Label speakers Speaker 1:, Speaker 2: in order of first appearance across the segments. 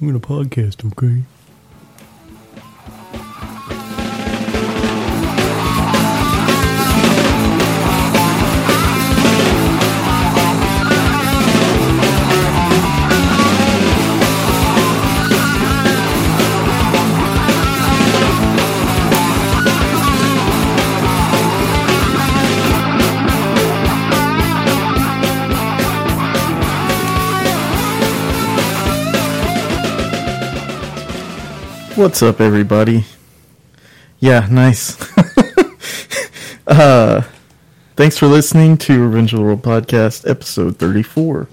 Speaker 1: We're gonna podcast, okay?
Speaker 2: What's up, everybody? Yeah, nice. uh, thanks for listening to Revenge of the World Podcast, episode 34.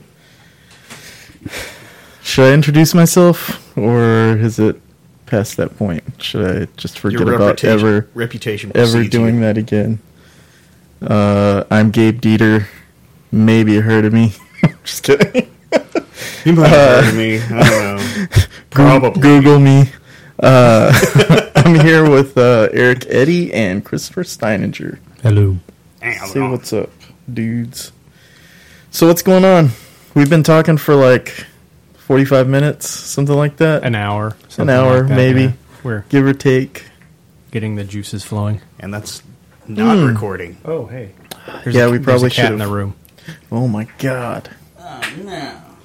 Speaker 2: Should I introduce myself, or is it past that point? Should I just forget about
Speaker 3: reputation,
Speaker 2: ever,
Speaker 3: reputation
Speaker 2: ever doing that again? Uh, I'm Gabe Dieter. Maybe you heard of me. just kidding.
Speaker 3: You might have heard of me. I don't know.
Speaker 2: Goo-
Speaker 3: Probably.
Speaker 2: Google me. Uh, I'm here with uh, Eric Eddy and Christopher Steininger.
Speaker 1: Hello.
Speaker 3: Hang
Speaker 2: Say
Speaker 3: on.
Speaker 2: what's up, dudes. So what's going on? We've been talking for like 45 minutes, something like that,
Speaker 1: An hour. something
Speaker 2: hour,
Speaker 1: like that,
Speaker 2: maybe.
Speaker 1: yeah. We're
Speaker 2: give or take.
Speaker 1: getting the juices flowing.
Speaker 3: and that's not
Speaker 2: Hmm.
Speaker 3: recording.
Speaker 1: Oh, hey.
Speaker 2: Yeah, we probably
Speaker 1: a cat in
Speaker 2: should've-
Speaker 1: the room.
Speaker 2: Oh my god.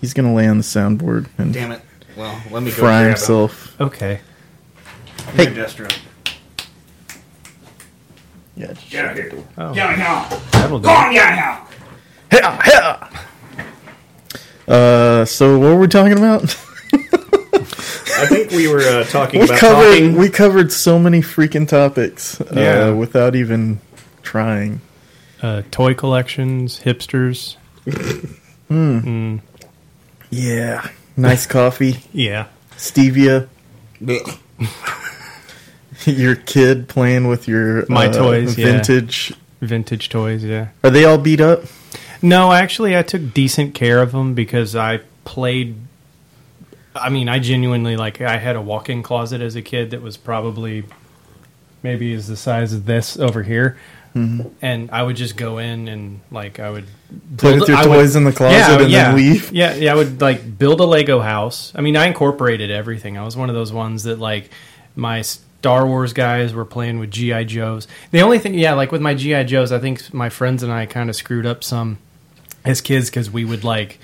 Speaker 2: He's gonna lay on the soundboard and
Speaker 3: Oh, Damn it. Well, let me go
Speaker 2: fry
Speaker 3: grab
Speaker 2: himself.
Speaker 1: Okay.
Speaker 3: him. Hey, Destro.
Speaker 2: Yeah.
Speaker 3: Get out here.
Speaker 1: Oh,
Speaker 3: Yeah, yeah.
Speaker 1: that'll do.
Speaker 3: Go on, yeah,
Speaker 2: Hell, hell. Uh, so what were we talking about?
Speaker 3: yeah. I think we were uh, talking
Speaker 2: we
Speaker 3: about
Speaker 2: covered
Speaker 3: talking.
Speaker 2: we covered so many freaking topics uh,
Speaker 1: Yeah.
Speaker 2: without even trying.
Speaker 1: Uh, toy collections, hipsters.
Speaker 2: Yeah, nice coffee,
Speaker 1: Yeah.
Speaker 2: stevia.
Speaker 3: Blech.
Speaker 2: Your kid playing with your uh,
Speaker 1: My toys, yeah.
Speaker 2: vintage.
Speaker 1: Vintage toys, yeah.
Speaker 2: Are they all beat up?
Speaker 1: No, actually, I took decent care of them because I played. I mean, I genuinely like. I had a walk-in closet as a kid that was probably maybe is the size of this over here,
Speaker 2: Mm-hmm.
Speaker 1: and I would just go in and like I would
Speaker 2: Play with your
Speaker 1: I would-
Speaker 2: toys in the closet and
Speaker 1: yeah,
Speaker 2: then leave.
Speaker 1: Yeah, yeah, I would like build a Lego house. I mean, I incorporated everything. I was one of those ones that like my Star Wars guys were playing with GI Joes. The only thing, yeah, like with my GI Joes, I think my friends and I kind of screwed up some as kids because we would like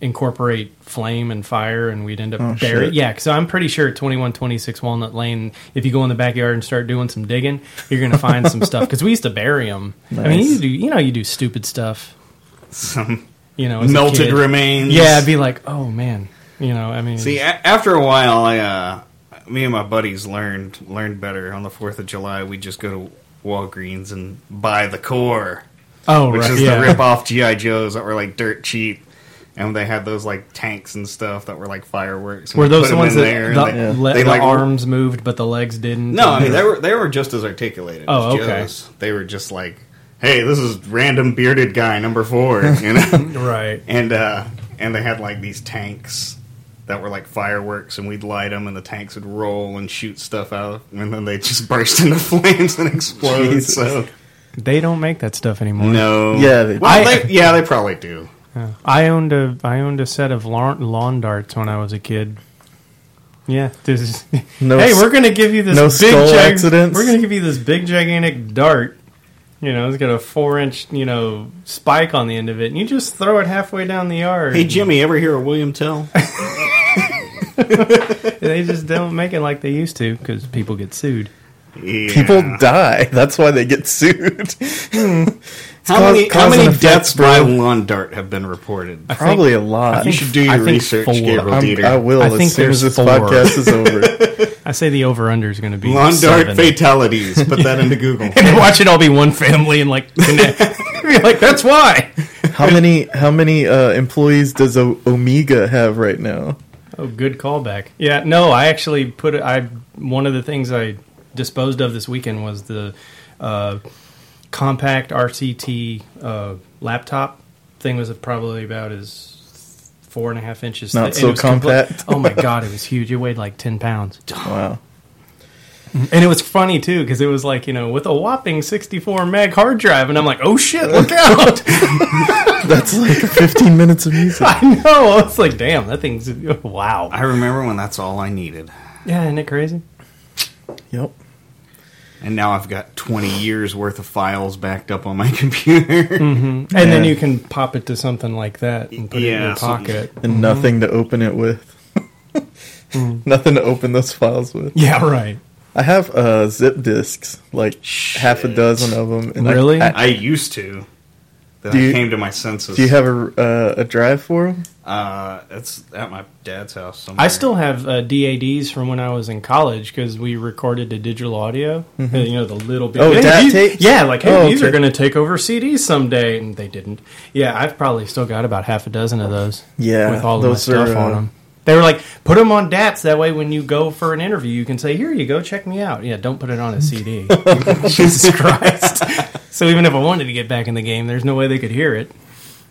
Speaker 1: incorporate flame and fire and we'd end up
Speaker 2: Oh,
Speaker 1: burying
Speaker 2: shit.
Speaker 1: yeah because i'm pretty sure 2126 walnut lane if you go in the backyard and start doing some digging you're gonna find some stuff because we used to bury them i mean
Speaker 2: Nice.
Speaker 1: you, do, you know you do stupid stuff
Speaker 3: Some
Speaker 1: you know as a
Speaker 3: melted
Speaker 1: kid.
Speaker 3: remains.
Speaker 1: Yeah, I'd be like, oh man, you know. I mean,
Speaker 3: See, a- after a while, I, uh, me and my buddies learned learned better. On the Fourth of July, we just go to Walgreens and buy the core,
Speaker 1: oh
Speaker 3: which
Speaker 1: right,
Speaker 3: is
Speaker 1: yeah,
Speaker 3: the rip off GI Joes that were like dirt cheap, and they had those like tanks and stuff that were like fireworks. And
Speaker 1: were
Speaker 3: we
Speaker 1: those
Speaker 3: put
Speaker 1: the
Speaker 3: 'em
Speaker 1: ones
Speaker 3: in
Speaker 1: that
Speaker 3: there and
Speaker 1: the,
Speaker 3: they-
Speaker 1: le-
Speaker 3: they,
Speaker 1: the
Speaker 3: like,
Speaker 1: arms moved but the legs didn't?
Speaker 3: No, I mean they were they were just as articulated.
Speaker 1: Oh,
Speaker 3: as
Speaker 1: okay.
Speaker 3: Joes. They were just like, hey, this is random bearded guy number four, you know.
Speaker 1: right.
Speaker 3: and uh, and they had like these tanks that were like fireworks, and we'd light them, and the tanks would roll and shoot stuff out, and then they just burst into flames and explode.
Speaker 2: Jesus.
Speaker 3: So
Speaker 1: They don't make that stuff anymore.
Speaker 3: no,
Speaker 2: Yeah, they-
Speaker 3: well,
Speaker 1: I-
Speaker 3: they, yeah, they probably do.
Speaker 1: Yeah. I owned a I owned a set of lawn, lawn darts when I was a kid. Yeah, this is.
Speaker 2: No
Speaker 1: hey,
Speaker 2: s-
Speaker 1: we're gonna give you this
Speaker 2: no
Speaker 1: big
Speaker 2: skull
Speaker 1: gig-
Speaker 2: accidents?
Speaker 1: We're gonna give you this big gigantic dart. You know, it's got a four inch you know spike on the end of it, and you just throw it halfway down the yard.
Speaker 3: Hey Jimmy, ever hear of William Tell?
Speaker 1: they just don't make it like they used to because people get sued.
Speaker 3: Yeah.
Speaker 2: People die. That's why they get sued.
Speaker 1: Hmm,
Speaker 3: how
Speaker 2: cause-
Speaker 3: many how
Speaker 2: cause
Speaker 3: many
Speaker 2: and effect,
Speaker 3: deaths by lawn dart have been reported?
Speaker 2: Probably a lot.
Speaker 3: You
Speaker 1: think-
Speaker 3: should do
Speaker 1: I
Speaker 3: your
Speaker 1: think
Speaker 3: research,
Speaker 1: four.
Speaker 3: Gabriel
Speaker 2: I'm-
Speaker 3: Dieter.
Speaker 2: I will
Speaker 1: I
Speaker 2: as
Speaker 1: think
Speaker 2: soon as
Speaker 1: there's
Speaker 2: this
Speaker 1: four.
Speaker 2: podcast is over.
Speaker 1: I say the over under is going to be
Speaker 3: Lawn
Speaker 1: seven.
Speaker 3: dart fatalities. Put that into Google.
Speaker 1: Watch it all be one family and like connect. You're like that's why.
Speaker 2: how many how many uh, employees does o- Omega have right now?
Speaker 1: Oh, good callback. Yeah, no, I actually put I one of the things I disposed of this weekend was the uh, compact RCT uh, laptop thing was probably about as four and a half inches. thick,
Speaker 2: Not
Speaker 1: and
Speaker 2: so
Speaker 1: it was complete-
Speaker 2: compact.
Speaker 1: oh my god, it was huge. It weighed like ten pounds.
Speaker 2: Wow.
Speaker 1: And it was funny too because it was like you know with a whopping 64 meg hard drive, and I'm like, oh shit, look out!
Speaker 2: That's like 15 minutes of music.
Speaker 1: I know. I was like, damn, that thing's wow.
Speaker 3: I remember when that's all I needed.
Speaker 1: Yeah, isn't it crazy?
Speaker 2: Yep.
Speaker 3: And now I've got 20 years worth of files backed up on my computer.
Speaker 1: And then
Speaker 2: Yeah.
Speaker 1: you can pop it to something like that and put it in
Speaker 3: Yeah,
Speaker 1: your
Speaker 3: something-
Speaker 1: pocket.
Speaker 2: And nothing to open it with.
Speaker 1: Mm.
Speaker 2: nothing to open those files with.
Speaker 1: Yeah, right.
Speaker 2: I have uh, zip discs, like half a
Speaker 3: Shit.
Speaker 2: dozen of them. And I-
Speaker 1: Really?
Speaker 2: I,
Speaker 3: I used to. Then
Speaker 2: Do
Speaker 3: I
Speaker 2: you-
Speaker 3: came to my senses.
Speaker 2: do you have a, uh, a drive for them?
Speaker 3: Uh, it's at my dad's house somewhere.
Speaker 1: I still have uh, DADs from when I was in college because we recorded to digital audio. Uh, You know, the little bit.
Speaker 2: Oh,
Speaker 1: Hey,
Speaker 2: DAT
Speaker 1: these-
Speaker 2: tapes?
Speaker 1: Yeah, like, hey,
Speaker 2: Oh,
Speaker 1: these are
Speaker 2: okay.
Speaker 1: going to take over CDs someday. And they didn't. Yeah, I've probably still got about half a dozen of those.
Speaker 2: Yeah,
Speaker 1: With all of my
Speaker 2: those are,
Speaker 1: stuff on
Speaker 2: uh,
Speaker 1: them. They were like, put them on DATs. That way, when you go for an interview, you can say, here you go, check me out. Yeah, don't put it on a CD. Jesus Christ. so even if I wanted to get back in the game, there's no way they could hear it.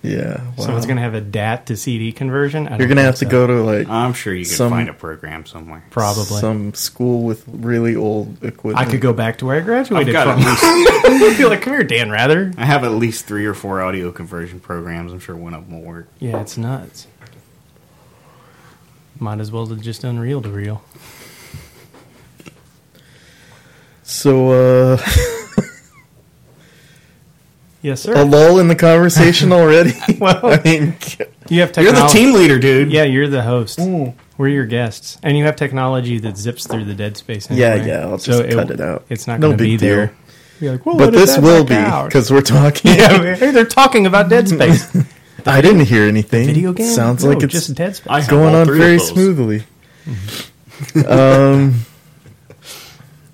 Speaker 2: Yeah. Wow.
Speaker 1: Someone's going to have a DAT to CD conversion. I don't
Speaker 2: You're going to
Speaker 1: think
Speaker 2: have to
Speaker 1: so.
Speaker 2: go to like
Speaker 3: I'm sure you can
Speaker 2: Some-
Speaker 3: find a program somewhere.
Speaker 1: Uh, Probably.
Speaker 2: some school with really old equipment.
Speaker 1: I could go back to where I
Speaker 3: I've
Speaker 1: graduated
Speaker 3: got at
Speaker 1: from.
Speaker 3: least,
Speaker 1: I feel like, come here, Dan Rather.
Speaker 3: I have at least three or four audio conversion programs. I'm sure one of them will work.
Speaker 1: Yeah, it's nuts. Might as well have just done reel to reel.
Speaker 2: So, uh,
Speaker 1: Yes,
Speaker 2: a
Speaker 1: sir.
Speaker 2: lull in the conversation already?
Speaker 1: Well,
Speaker 2: I mean,
Speaker 1: you have
Speaker 3: You're
Speaker 1: technology.
Speaker 3: the team leader, dude.
Speaker 1: Yeah, you're the host. We're your guests, and you have technology that zips through the dead space. Anyway.
Speaker 2: yeah, yeah, I'll just cut it, out.
Speaker 1: It's not
Speaker 2: No
Speaker 1: going to
Speaker 2: big
Speaker 1: be
Speaker 2: deal.
Speaker 1: there. You're like, well, let
Speaker 2: But
Speaker 1: it
Speaker 2: this
Speaker 1: back
Speaker 2: will be
Speaker 1: out.
Speaker 2: because we're talking.
Speaker 1: Yeah, man. hey, they're talking about dead space.
Speaker 2: I didn't hear anything.
Speaker 1: Video game
Speaker 2: Sounds
Speaker 1: No,
Speaker 2: like it's
Speaker 1: just dead space.
Speaker 3: I have
Speaker 2: going
Speaker 3: all
Speaker 2: on
Speaker 3: three
Speaker 2: very
Speaker 3: of those.
Speaker 2: smoothly. um,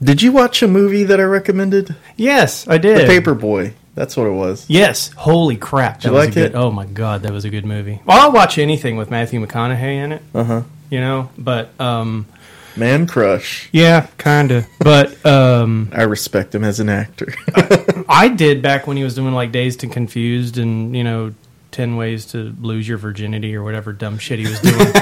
Speaker 2: did you watch a movie that I recommended?
Speaker 1: yes, I did.
Speaker 2: The Paperboy. That's what it was.
Speaker 1: Yes. Holy crap. That
Speaker 2: you
Speaker 1: was
Speaker 2: like
Speaker 1: a good,
Speaker 2: it?
Speaker 1: Oh my god, that was a good movie. Well, I'll watch anything with Matthew McConaughey in it,
Speaker 2: Uh huh.
Speaker 1: you know, but um
Speaker 2: Man Crush.
Speaker 1: yeah, kind of. But um
Speaker 2: I respect him as an actor.
Speaker 1: I did back when he was doing like Dazed and Confused and, you know, 10 ways to lose your virginity or whatever dumb shit he was doing.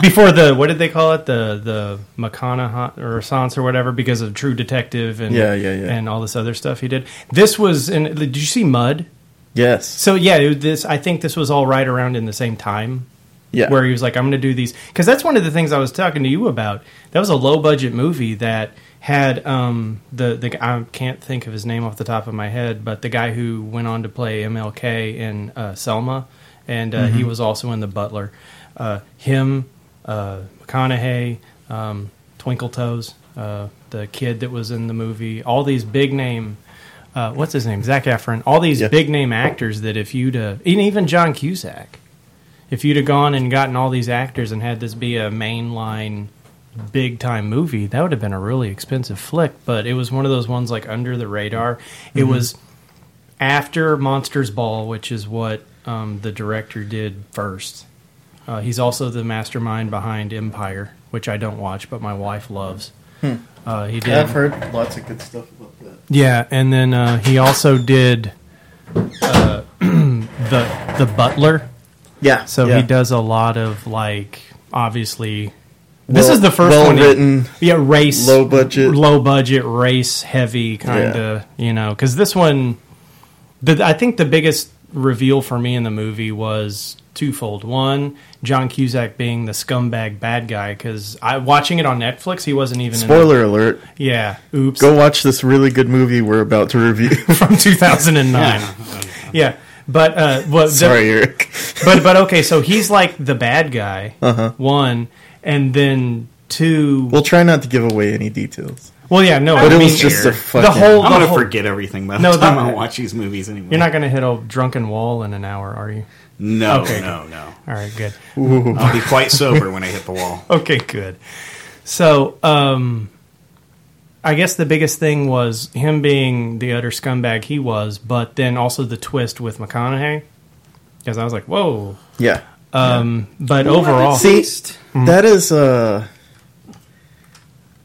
Speaker 1: Before the what did they call it? The the McConaughey or Sans or whatever because of True Detective and
Speaker 2: Yeah, yeah, yeah.
Speaker 1: and all this other stuff he did. This was and did you see Mud?
Speaker 2: yes.
Speaker 1: So yeah, it- this I think this was all right around in the same time
Speaker 2: Yeah.
Speaker 1: where he was like, I'm going to do these. Because that's one of the things I was talking to you about. That was a low budget movie that had um, the, the, I can't think of his name off the top of my head, but the guy who went on to play MLK in uh, Selma, and uh,
Speaker 2: Mm-hmm.
Speaker 1: he was also in The Butler. Uh, him, uh, McConaughey, um, Twinkle Toes, uh, the kid that was in the movie, all these big name. Uh, what's his name? Zach Efron. All these
Speaker 2: Yeah.
Speaker 1: big name actors that if you'd uh, and even John Cusack, if you'd have gone and gotten all these actors and had this be a mainline big time movie, that would have been a really expensive flick. But it was one of those ones like under the radar. It
Speaker 2: Mm-hmm.
Speaker 1: was after Monsters Ball, which is what um, the director did first. Uh, he's also the mastermind behind Empire, which I don't watch, but my wife loves. Uh, he did.
Speaker 2: Hmm. I've heard lots of good stuff about that.
Speaker 1: Yeah, and then uh, he also did uh, the the Butler.
Speaker 2: Yeah.
Speaker 1: So
Speaker 2: yeah.
Speaker 1: he does a lot of like obviously. This
Speaker 2: Well-
Speaker 1: is the first
Speaker 2: well
Speaker 1: one. he-
Speaker 2: written,
Speaker 1: yeah, race,
Speaker 2: low budget.
Speaker 1: low budget, race heavy kind of. You know, because this one, the, I think the biggest reveal for me in the movie was twofold. One, John Cusack being the scumbag bad guy. Because I watching it on Netflix, he wasn't even
Speaker 2: Spoiler
Speaker 1: In
Speaker 2: alert.
Speaker 1: the, yeah, oops.
Speaker 2: Go watch this really good movie we're about to review.
Speaker 1: from 2009. yeah, but uh, well, the-
Speaker 2: Sorry, Eric.
Speaker 1: but but okay, so he's like the bad guy. One, and then two. Well,
Speaker 2: Uh-huh. We'll try not to give away any details.
Speaker 1: yeah, no,
Speaker 2: But
Speaker 1: I
Speaker 2: it
Speaker 1: mean,
Speaker 2: was just a fucking.
Speaker 1: the whole.
Speaker 3: I'm
Speaker 1: the
Speaker 3: going to
Speaker 1: whole-
Speaker 3: forget everything by the
Speaker 1: No,
Speaker 3: time
Speaker 1: that-
Speaker 3: I watch these movies anyway.
Speaker 1: You're not going to hit a drunken wall in an hour, are you?
Speaker 3: No,
Speaker 1: Okay.
Speaker 3: no, no.
Speaker 1: All right, good.
Speaker 3: I'll be quite sober when I hit the wall.
Speaker 1: Okay, good. So, um, I guess the biggest thing was him being the utter scumbag he was, but then also the twist with McConaughey. Because I was like, whoa.
Speaker 2: Yeah.
Speaker 1: Um, But overall,
Speaker 2: See, that is uh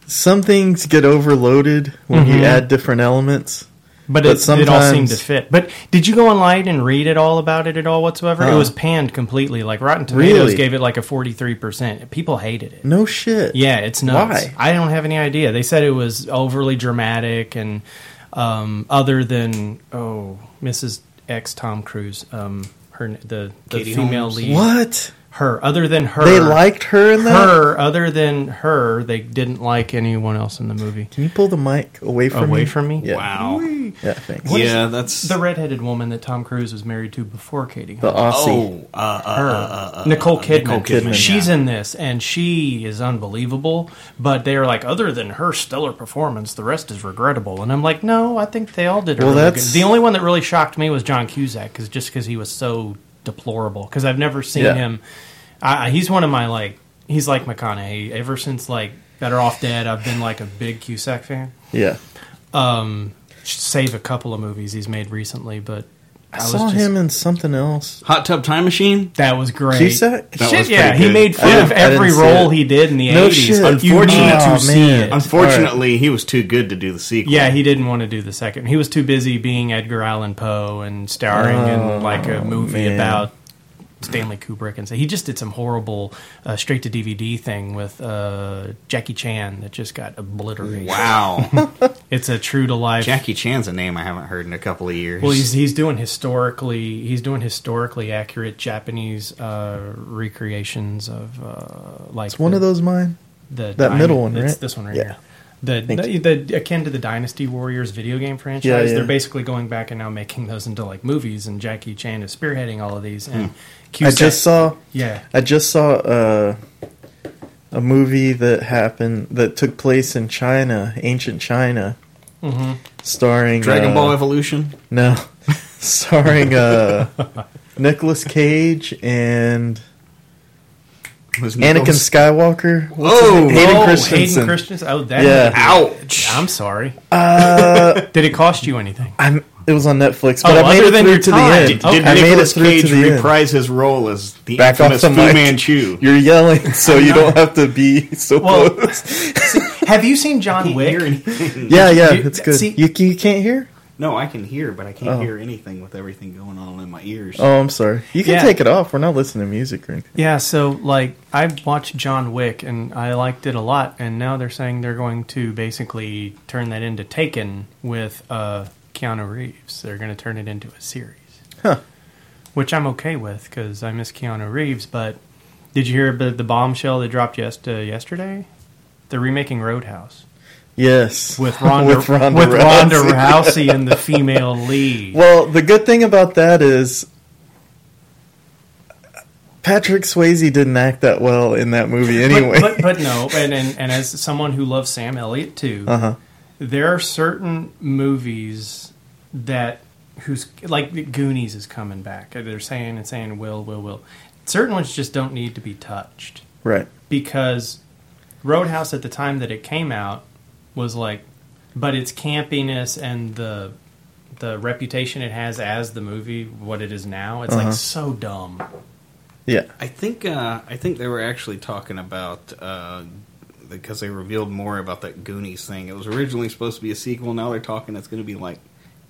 Speaker 2: some things get overloaded when you add different elements.
Speaker 1: But,
Speaker 2: But
Speaker 1: it, it all seemed to
Speaker 2: sometimes-
Speaker 1: fit. But did you go online and read at all about it at all whatsoever? It
Speaker 2: Uh-uh.
Speaker 1: was panned completely. Like Rotten Tomatoes
Speaker 2: Really?
Speaker 1: gave it like a forty three percent. People hated it.
Speaker 2: No shit.
Speaker 1: Yeah, it's nuts.
Speaker 2: Why?
Speaker 1: I don't have any idea. They said it was overly dramatic and um, other than oh, Mrs. X Tom Cruise. Um,
Speaker 4: her the, the
Speaker 3: Katie
Speaker 4: female
Speaker 3: Holmes.
Speaker 4: lead.
Speaker 2: What?
Speaker 4: Her other than her,
Speaker 2: They liked her in that?
Speaker 4: her. Other than her, they didn't like anyone else in the movie.
Speaker 2: Can you pull the mic away from
Speaker 4: Away
Speaker 2: me?
Speaker 4: from me?
Speaker 2: Yeah.
Speaker 3: Wow.
Speaker 2: Yeah, thanks.
Speaker 4: What is-
Speaker 3: yeah, that's
Speaker 4: The redheaded woman that Tom Cruise was married to before Katie.
Speaker 2: The Aussie.
Speaker 3: Oh, uh, uh,
Speaker 4: her
Speaker 3: uh, uh, uh,
Speaker 4: Nicole Kidman.
Speaker 3: Nicole Kidman.
Speaker 4: She's
Speaker 3: yeah.
Speaker 4: in this, and she is unbelievable. But they are like, other than her stellar performance, the rest is regrettable. And I'm like, no, I think they all did.
Speaker 2: Well,
Speaker 4: really
Speaker 2: that's-
Speaker 4: good. the only one that really shocked me was John Cusack, because just because he was so deplorable. Because I've never seen
Speaker 2: Yeah.
Speaker 4: him. I, I- he's one of my like. He's like McConaughey. Ever since like Better Off Dead, I've been like a big Cusack fan.
Speaker 2: Yeah.
Speaker 4: Um, save a couple of movies he's made recently, but
Speaker 2: I,
Speaker 4: was
Speaker 2: saw
Speaker 4: just-
Speaker 2: him in something else.
Speaker 3: Hot Tub Time Machine.
Speaker 4: That was great.
Speaker 2: Cusack?
Speaker 3: That
Speaker 4: Shit,
Speaker 3: was
Speaker 4: yeah,
Speaker 3: pretty
Speaker 4: he
Speaker 3: good.
Speaker 4: made fun
Speaker 2: I
Speaker 4: of
Speaker 2: didn't- I
Speaker 4: every
Speaker 2: didn't see
Speaker 4: role
Speaker 2: it.
Speaker 4: he did in the
Speaker 2: No
Speaker 4: 80s.
Speaker 2: shit.
Speaker 4: You need
Speaker 2: Oh,
Speaker 4: to see
Speaker 2: man.
Speaker 4: it.
Speaker 3: Unfortunately, he was too good to do the sequel.
Speaker 4: yeah, he didn't want to do the second. He was too busy being Edgar Allan Poe and starring
Speaker 2: Oh,
Speaker 4: in like a movie
Speaker 2: man.
Speaker 4: about Stanley Kubrick and so he just did some horrible uh, straight to DVD thing with uh, Jackie Chan that just got obliterated.
Speaker 3: Wow.
Speaker 4: It's a true to life
Speaker 3: Jackie Chan's a name I haven't heard in a couple of years.
Speaker 4: Well, he's he's doing historically he's doing historically accurate Japanese uh, recreations of uh, like
Speaker 2: It's one
Speaker 4: the-
Speaker 2: of those mine.
Speaker 4: the
Speaker 2: That
Speaker 4: dyna-
Speaker 2: middle one,
Speaker 4: it's
Speaker 2: right?
Speaker 4: This one right
Speaker 2: Yeah.
Speaker 4: here. The,
Speaker 2: Thank
Speaker 4: the, the- akin to the Dynasty Warriors video game franchise,
Speaker 2: Yeah, yeah.
Speaker 4: they're basically going back and now making those into like movies, and Jackie Chan is spearheading all of these. And
Speaker 2: I
Speaker 4: Cusack-
Speaker 2: just saw
Speaker 4: yeah,
Speaker 2: I just saw uh, a movie that happened that took place in China, ancient China,
Speaker 4: mm-hmm.
Speaker 2: starring
Speaker 3: Dragon
Speaker 2: uh,
Speaker 3: Ball Evolution.
Speaker 2: No, starring uh, Nicolas Cage and
Speaker 3: Was
Speaker 2: Anakin
Speaker 3: Nicholas-
Speaker 2: Skywalker. What's his
Speaker 3: Whoa!
Speaker 2: name? Hayden
Speaker 4: oh,
Speaker 2: Christensen.
Speaker 4: Hayden Christensen. Oh, that.
Speaker 2: Yeah. Uh,
Speaker 3: Ouch!
Speaker 4: I'm sorry. Did it cost you anything?
Speaker 2: I'm, it was on Netflix, but I made
Speaker 4: Oh, other
Speaker 2: it
Speaker 4: than
Speaker 2: through
Speaker 4: your
Speaker 2: to
Speaker 4: time.
Speaker 2: the end.
Speaker 4: Okay.
Speaker 3: Did
Speaker 2: Oh, I made it
Speaker 3: Nicolas
Speaker 2: through
Speaker 3: Cage
Speaker 2: to the end.
Speaker 3: reprise his role as the
Speaker 2: Back off
Speaker 3: infamous
Speaker 2: the
Speaker 3: Fu
Speaker 2: mic.
Speaker 3: Manchu?
Speaker 2: You're yelling, so you don't have to be so
Speaker 4: Well,
Speaker 2: close.
Speaker 4: Have you seen John Wick?
Speaker 2: Yeah, yeah,
Speaker 4: you-
Speaker 2: it's good.
Speaker 4: see-
Speaker 2: you, you can't hear?
Speaker 3: No, I can hear, but I
Speaker 4: Oh.
Speaker 3: can't hear anything with everything going on in my ears.
Speaker 2: Oh, I'm sorry. You can
Speaker 4: Yeah.
Speaker 2: take it off. We're not listening to music or anything.
Speaker 4: Yeah, so like I watched John Wick and I liked it a lot, and now they're saying they're going to basically turn that into Taken with uh, Keanu Reeves. They're going to turn it into a series,
Speaker 2: Huh.
Speaker 4: which I'm okay with because I miss Keanu Reeves. But did you hear about the bombshell that dropped yes- uh, yesterday? They're remaking Roadhouse
Speaker 2: Yes.
Speaker 4: with Ronda with Ronda, Rousey in the female lead.
Speaker 2: Well, the good thing about that is Patrick Swayze didn't act that well in that movie anyway.
Speaker 4: But, but, but no, and, and and as someone who loves Sam Elliott too,
Speaker 2: Uh-huh.
Speaker 4: there are certain movies that who's like the Goonies is coming back. They're saying and saying will will will. Certain ones just don't need to be touched
Speaker 2: right.
Speaker 4: because Roadhouse at the time that it came out was like, but its campiness and the the reputation it has as the movie what it is now it's
Speaker 2: Uh-huh.
Speaker 4: like so dumb
Speaker 2: Yeah.
Speaker 3: I think uh, I think they were actually talking about uh, because they revealed more about that Goonies thing. It was originally supposed to be a sequel. Now they're talking it's going to be like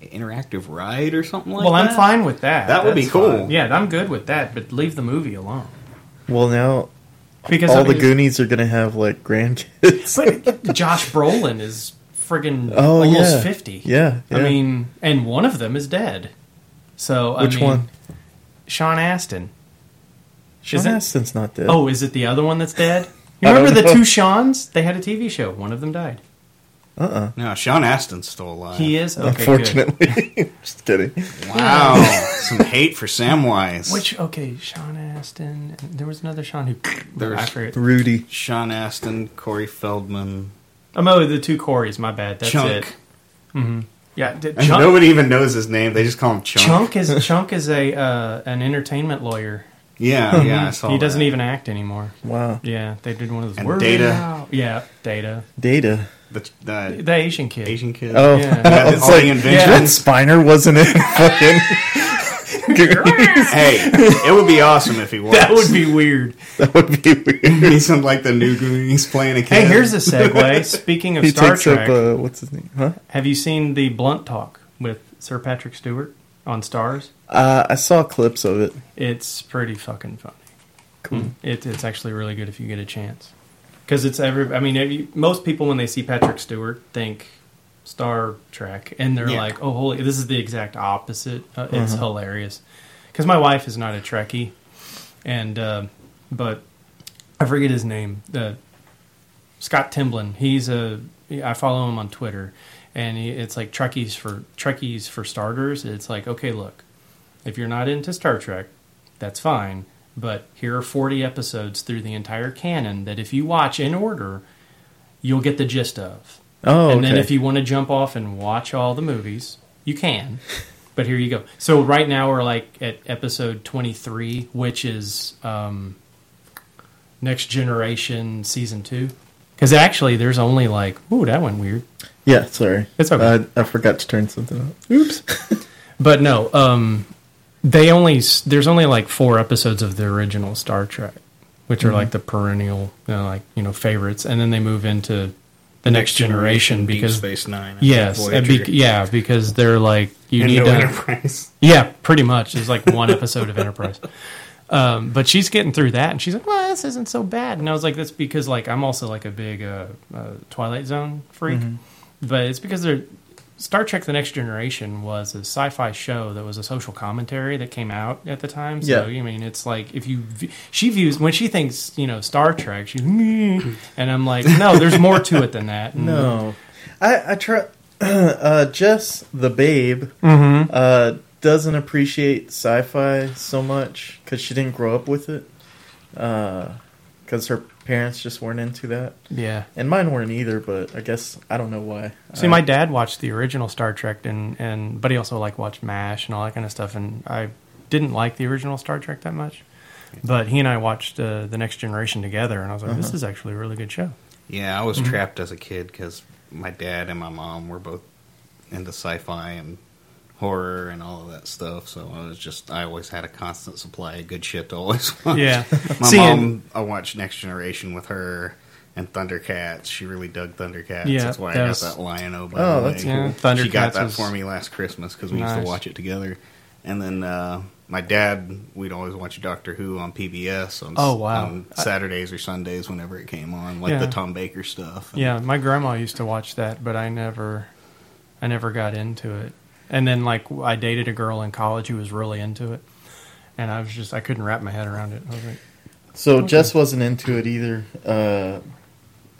Speaker 3: an interactive ride or something like
Speaker 4: well
Speaker 3: that.
Speaker 4: i'm fine with that
Speaker 3: That would be
Speaker 4: That's
Speaker 3: cool.
Speaker 4: fine. yeah i'm good with that but leave the movie alone
Speaker 2: Well, now
Speaker 4: because
Speaker 2: all
Speaker 4: I mean,
Speaker 2: the
Speaker 4: it's-
Speaker 2: Goonies are going to have like grandkids.
Speaker 4: But Josh Brolin is friggin'
Speaker 2: Oh,
Speaker 4: almost
Speaker 2: yeah.
Speaker 4: 50.
Speaker 2: Yeah,
Speaker 4: I
Speaker 2: yeah.
Speaker 4: mean, and one of them is dead. So, I
Speaker 2: Which
Speaker 4: mean,
Speaker 2: one?
Speaker 4: Sean Astin.
Speaker 2: Sean
Speaker 4: Isn't-
Speaker 2: Astin's not dead.
Speaker 4: Oh, is it the other one that's dead? You
Speaker 2: I don't
Speaker 4: remember the
Speaker 2: know.
Speaker 4: two Seans? They had a TV show. One of them died.
Speaker 2: Uh-uh.
Speaker 3: No, Sean Astin's still alive.
Speaker 2: Uh,
Speaker 4: He is? Okay, good.
Speaker 2: unfortunately. Just kidding.
Speaker 3: Wow, some hate for Samwise.
Speaker 4: Which, okay, Sean Astin. and There was another Sean who.
Speaker 3: There's-
Speaker 4: I forget.
Speaker 2: Rudy.
Speaker 3: Sean Astin, Corey Feldman.
Speaker 4: Oh, no, the two Corys. My bad. That's
Speaker 3: Chunk.
Speaker 4: it. hmm Yeah, d-
Speaker 3: And
Speaker 4: Chunk,
Speaker 3: Nobody even knows his name. They just call him Chunk.
Speaker 4: Chunk is Chunk is a uh, an entertainment lawyer.
Speaker 3: Yeah, yeah. I saw
Speaker 4: he doesn't
Speaker 3: that.
Speaker 4: even act anymore.
Speaker 2: Wow.
Speaker 4: Yeah, they did one of those.
Speaker 3: And
Speaker 4: "We're
Speaker 3: Data.
Speaker 4: out." Yeah, Data.
Speaker 2: Data.
Speaker 3: the, the
Speaker 4: The Asian kid.
Speaker 3: Asian kid.
Speaker 2: Oh,
Speaker 4: Yeah.
Speaker 2: I
Speaker 3: Yeah,
Speaker 2: was
Speaker 3: all the
Speaker 2: like, that
Speaker 3: inventions.
Speaker 2: Spiner wasn't in fucking Goonies.
Speaker 3: Hey, it would be awesome if he was.
Speaker 4: That would be weird.
Speaker 2: That would be weird.
Speaker 3: He sound like the new Goonies playing a kid.
Speaker 4: Hey, here's a segue. Speaking of
Speaker 2: He
Speaker 4: Star
Speaker 2: takes
Speaker 4: Trek,
Speaker 2: up, uh, what's his name? Huh?
Speaker 4: have you seen the Blunt Talk with Sir Patrick Stewart on Stars?
Speaker 2: Uh, I saw clips of it.
Speaker 4: It's pretty fucking funny. Cool. It, it's actually really good if you get a chance. Because it's every. I mean, every, most people when they see Patrick Stewart think Star Trek, and they're
Speaker 3: Yeah.
Speaker 4: like, "Oh, holy! This is the exact opposite." Uh, It's hilarious. 'Cause hilarious. because my wife is not a Trekkie, and uh, but I forget his name. Uh, Scott Timblin. He's a I follow him on Twitter, and he, it's like Trekkies for Trekkies for starters. It's like okay, look, if you're not into Star Trek, that's fine. But here are 40 episodes through the entire canon that if you watch in order, you'll get the gist of.
Speaker 2: Oh,
Speaker 4: and then
Speaker 2: okay.
Speaker 4: if you want to jump off and watch all the movies, you can. But here you go. So right now we're like at episode 23, which is um, Next Generation season two. Because actually, there's only like, ooh, that went weird.
Speaker 2: yeah, sorry.
Speaker 4: It's okay.
Speaker 2: I, I forgot to turn something off. Oops.
Speaker 4: But no, um, they only there's only like four episodes of the original Star Trek, which
Speaker 3: Mm-hmm.
Speaker 4: are like the perennial, you know, like you know favorites, and then they move into the next generation
Speaker 3: Deep
Speaker 4: because
Speaker 3: Space Nine.
Speaker 4: yes, and be,
Speaker 3: Voyager,
Speaker 4: yeah, because they're like you
Speaker 3: and
Speaker 4: need
Speaker 3: no
Speaker 4: to
Speaker 3: Enterprise.
Speaker 4: yeah, pretty much. There's like one episode of Enterprise. Um, but she's getting through that, and she's like, "Well, this isn't so bad." And I was like, "That's because like I'm also like a big uh, uh, Twilight Zone freak,
Speaker 2: Mm-hmm.
Speaker 4: but it's because they're Star Trek: The Next Generation was a sci-fi show that was a social commentary that came out at the time.
Speaker 2: Yeah.
Speaker 4: So you mean it's like if you v- she views when she thinks you know Star Trek, she's and I'm like, no, there's more to it than that. And-
Speaker 2: No, I I try. uh, Jess, the babe, uh, doesn't appreciate sci-fi so much because she didn't grow up with it. Because her parents just weren't into that,
Speaker 4: yeah.
Speaker 2: and mine weren't either. But I guess I don't know why.
Speaker 4: See,
Speaker 2: I-
Speaker 4: my dad watched the original Star Trek, and, and but he also like watched Mash and all that kind of stuff. And I didn't like the original Star Trek that much, but he and I watched uh, the Next Generation together, and I was like, this is actually a really good show.
Speaker 3: Yeah, I was
Speaker 4: Mm-hmm.
Speaker 3: trapped as a kid because my dad and my mom were both into sci-fi and horror and all of that stuff. So I was just I always had a constant supply of good shit to always watch.
Speaker 4: Yeah.
Speaker 3: my
Speaker 4: See,
Speaker 3: mom.
Speaker 4: and-
Speaker 3: I watched Next Generation with her and Thundercats. She really dug Thundercats.
Speaker 4: Yeah,
Speaker 3: that's why
Speaker 4: that
Speaker 3: I
Speaker 4: was-
Speaker 3: got that lion o. By
Speaker 2: Oh,
Speaker 3: the way.
Speaker 2: that's
Speaker 4: cool.
Speaker 3: She
Speaker 4: Yeah,
Speaker 3: got
Speaker 4: Thundercats
Speaker 3: that
Speaker 4: was-
Speaker 3: for me last Christmas because we used
Speaker 4: Nice.
Speaker 3: to watch it together. And then uh, my dad, we'd always watch Doctor Who on PBS on,
Speaker 4: Oh, wow.
Speaker 3: on Saturdays or Sundays whenever it came on, like
Speaker 4: Yeah.
Speaker 3: the Tom Baker stuff. And-
Speaker 4: Yeah, my grandma used to watch that, but I never, I never got into it. And then like I dated a girl in college who was really into it, and I was just I couldn't wrap my head around it. I was like,
Speaker 2: So Jess wasn't into it either, uh,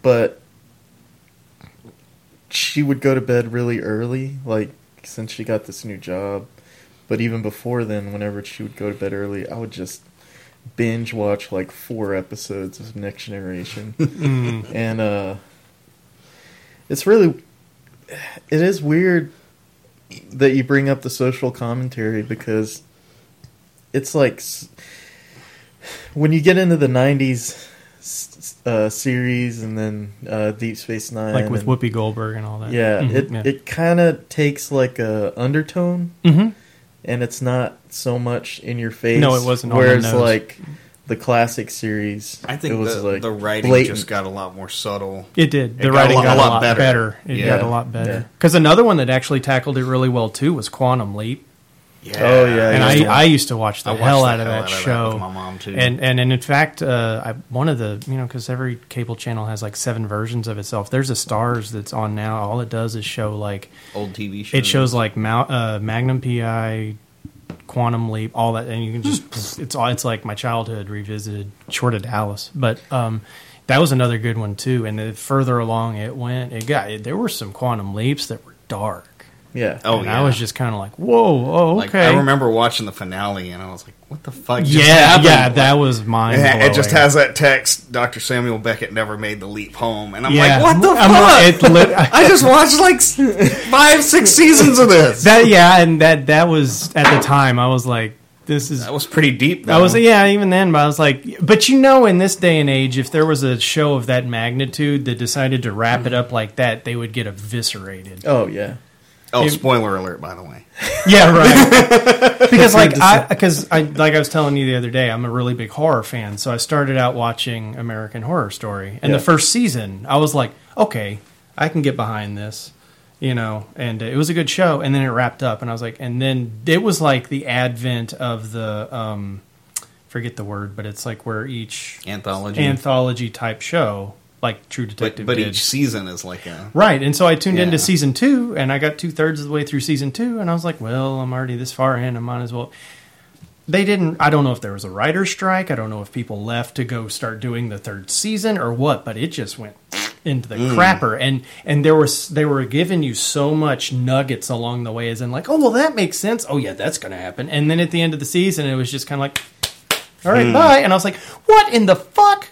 Speaker 2: but she would go to bed really early, like since she got this new job. But even before then, whenever she would go to bed early, I would just binge watch like four episodes of Next Generation,
Speaker 4: Mm.
Speaker 2: and uh, it's really it is weird that you bring up the social commentary because it's like s- when you get into the 90s s- uh, series and then uh, deep space nine
Speaker 4: like with
Speaker 2: and-
Speaker 4: Whoopi Goldberg and all that.
Speaker 2: yeah
Speaker 4: Mhm,
Speaker 2: it, it kind of takes like a undertone
Speaker 4: Mhm.
Speaker 2: and it's not so much in your face
Speaker 4: No, it wasn't on the
Speaker 2: whereas
Speaker 4: nose.
Speaker 2: like the classic series
Speaker 3: I think
Speaker 2: it was
Speaker 3: the,
Speaker 2: like
Speaker 3: the writing
Speaker 2: blatant.
Speaker 3: just got a lot more subtle.
Speaker 4: It did.
Speaker 3: It
Speaker 4: The
Speaker 3: got
Speaker 4: writing
Speaker 3: a lot-
Speaker 4: got
Speaker 3: a lot
Speaker 4: better.
Speaker 3: better.
Speaker 4: It
Speaker 3: Yeah.
Speaker 4: got a lot
Speaker 2: Yeah.
Speaker 4: better. Because another one that actually tackled it really well too was Quantum Leap,
Speaker 3: Yeah.
Speaker 2: Oh, yeah,
Speaker 4: and
Speaker 2: yeah.
Speaker 4: I, I used to watch the
Speaker 3: I watched
Speaker 4: hell
Speaker 3: the
Speaker 4: out
Speaker 3: hell
Speaker 4: of that
Speaker 3: out of that
Speaker 4: show.
Speaker 3: with my mom, too.
Speaker 4: And and, and in fact, uh, I, one of the you know because every cable channel has like seven versions of itself. There's a Stars that's on now. All it does is show like
Speaker 3: Old TV show.
Speaker 4: it shows like Mount, uh, Magnum PI, Quantum Leap, all that, and you can
Speaker 3: Mm-hmm.
Speaker 4: just it's all it's like my childhood revisited, short of Dallas. But um, that was another good one too. And the further along it went, it got there were some Quantum Leaps that were dark.
Speaker 2: yeah
Speaker 3: Oh,
Speaker 4: and
Speaker 3: yeah.
Speaker 4: I was just kind of like, whoa, oh,
Speaker 3: Like,
Speaker 4: okay.
Speaker 3: I remember watching the finale, and I was like, "What the fuck?" just
Speaker 4: yeah,
Speaker 3: happened?
Speaker 4: yeah,
Speaker 3: Like,
Speaker 4: that was mine.
Speaker 3: it- It just has that text. Dr. Samuel Beckett never made the leap home, and I'm
Speaker 4: Yeah.
Speaker 3: like, "What the
Speaker 4: I'm like,
Speaker 3: fuck?"
Speaker 4: it lit-
Speaker 3: I just watched like s- five, six seasons of this.
Speaker 4: that yeah, and that that was at the time I was like, this is
Speaker 3: That was pretty deep.
Speaker 4: I was
Speaker 3: though.
Speaker 4: yeah, even then, but I was like, but you know, in this day and age, if there was a show of that magnitude that decided to wrap it up like that, they would get eviscerated.
Speaker 2: oh yeah
Speaker 3: Oh, spoiler alert! By the way,
Speaker 4: Yeah, right. because like I because I like I was telling you the other day, I'm a really big horror fan, so I started out watching American Horror Story, and
Speaker 2: Yeah.
Speaker 4: the first season, I was like, okay, I can get behind this. You know, and it was a good show, and then it wrapped up, and I was like, and then it was like the advent of the, um, forget the word, but it's like where each
Speaker 3: anthology,
Speaker 4: anthology type show like True
Speaker 3: Mm-hmm. but,
Speaker 4: Detective
Speaker 3: but
Speaker 4: did.
Speaker 3: each season is like a
Speaker 4: right, and so I tuned into
Speaker 3: Yeah.
Speaker 4: season two, and I got two thirds of the way through season two, and I was like, "Well, I'm already this far in, I might as well." they didn't i don't know if there was a writer's strike i don't know if people left to go start doing the third season or what but it just went into the
Speaker 3: Mm.
Speaker 4: crapper and and there was they were giving you so much nuggets along the way as in like oh well that makes sense oh yeah that's gonna happen and then at the end of the season it was just kind of like all
Speaker 3: Mm.
Speaker 4: right bye and i was like what in the fuck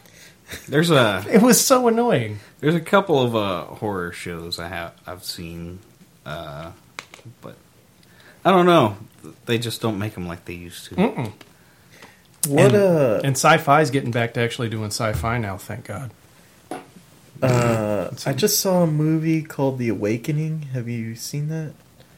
Speaker 3: There's a
Speaker 4: it was so annoying
Speaker 3: There's a couple of uh, horror shows I have I've seen, uh, but I don't know. They just don't make them like they used to.
Speaker 2: What
Speaker 4: and,
Speaker 2: uh
Speaker 4: and sci-fi's getting back to actually doing sci-fi now thank god
Speaker 2: uh I just saw a movie called The Awakening. Have you seen that?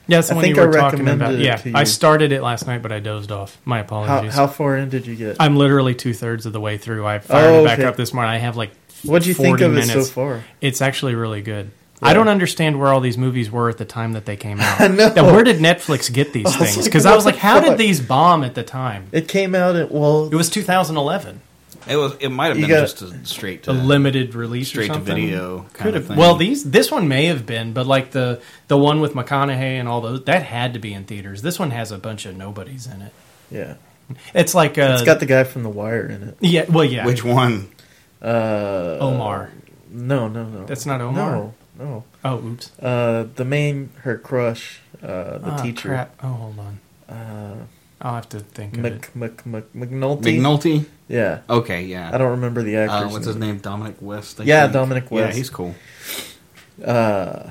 Speaker 4: yeah that's the
Speaker 2: I
Speaker 4: one
Speaker 2: think
Speaker 4: you
Speaker 2: I
Speaker 4: were talking
Speaker 2: recommended
Speaker 4: about
Speaker 2: it
Speaker 4: yeah
Speaker 2: to
Speaker 4: i
Speaker 2: you.
Speaker 4: started it last night but Oh, i dozed off my
Speaker 2: How
Speaker 4: apologies
Speaker 2: how far in did you get?
Speaker 4: I'm literally two thirds of the way through. I fired
Speaker 2: Oh,
Speaker 4: it back
Speaker 2: okay.
Speaker 4: up this morning. I have like
Speaker 2: What do you think
Speaker 4: 40
Speaker 2: of it so
Speaker 4: minutes.
Speaker 2: far?
Speaker 4: it's actually really good.
Speaker 2: Yeah.
Speaker 4: I don't understand where all these movies were at the time that they came out.
Speaker 2: know.
Speaker 4: Now, where did Netflix get these
Speaker 2: was
Speaker 4: things?
Speaker 2: like,
Speaker 4: Because I
Speaker 2: what
Speaker 4: was
Speaker 2: the
Speaker 4: like, how
Speaker 2: fuck?
Speaker 4: did these bomb at the time?
Speaker 2: It came out at well
Speaker 4: It was 2011,
Speaker 3: It was. It might have
Speaker 2: You
Speaker 3: been
Speaker 2: got-
Speaker 3: just a straight to
Speaker 4: a limited release, or
Speaker 3: straight to
Speaker 4: something.
Speaker 3: video kind
Speaker 4: Could
Speaker 3: of
Speaker 4: have.
Speaker 3: thing.
Speaker 4: Well, these this one may have been, but like the the one with McConaughey and all those that had to be in theaters. This one has a bunch of nobodies in it.
Speaker 2: yeah.
Speaker 4: Uh, It's like uh,
Speaker 2: It's got the guy from The Wire in it.
Speaker 4: yeah, well, yeah,
Speaker 3: which one?
Speaker 2: Uh
Speaker 4: Omar.
Speaker 2: No, no, no.
Speaker 4: That's not Omar.
Speaker 2: No, no.
Speaker 4: Oh, oops.
Speaker 2: Uh, the main, her crush, uh, the
Speaker 4: Ah,
Speaker 2: teacher, uh,
Speaker 4: crap. Oh, hold on. I'll have to think of it.
Speaker 2: Mc, Mc, Mc, McNulty.
Speaker 3: McNulty.
Speaker 2: Yeah,
Speaker 3: Okay, yeah.
Speaker 2: I don't remember the actor's
Speaker 3: Uh, what's his name? Dominic West. I
Speaker 2: Yeah,
Speaker 3: think.
Speaker 2: Dominic West.
Speaker 3: Yeah, he's cool.
Speaker 2: Uh,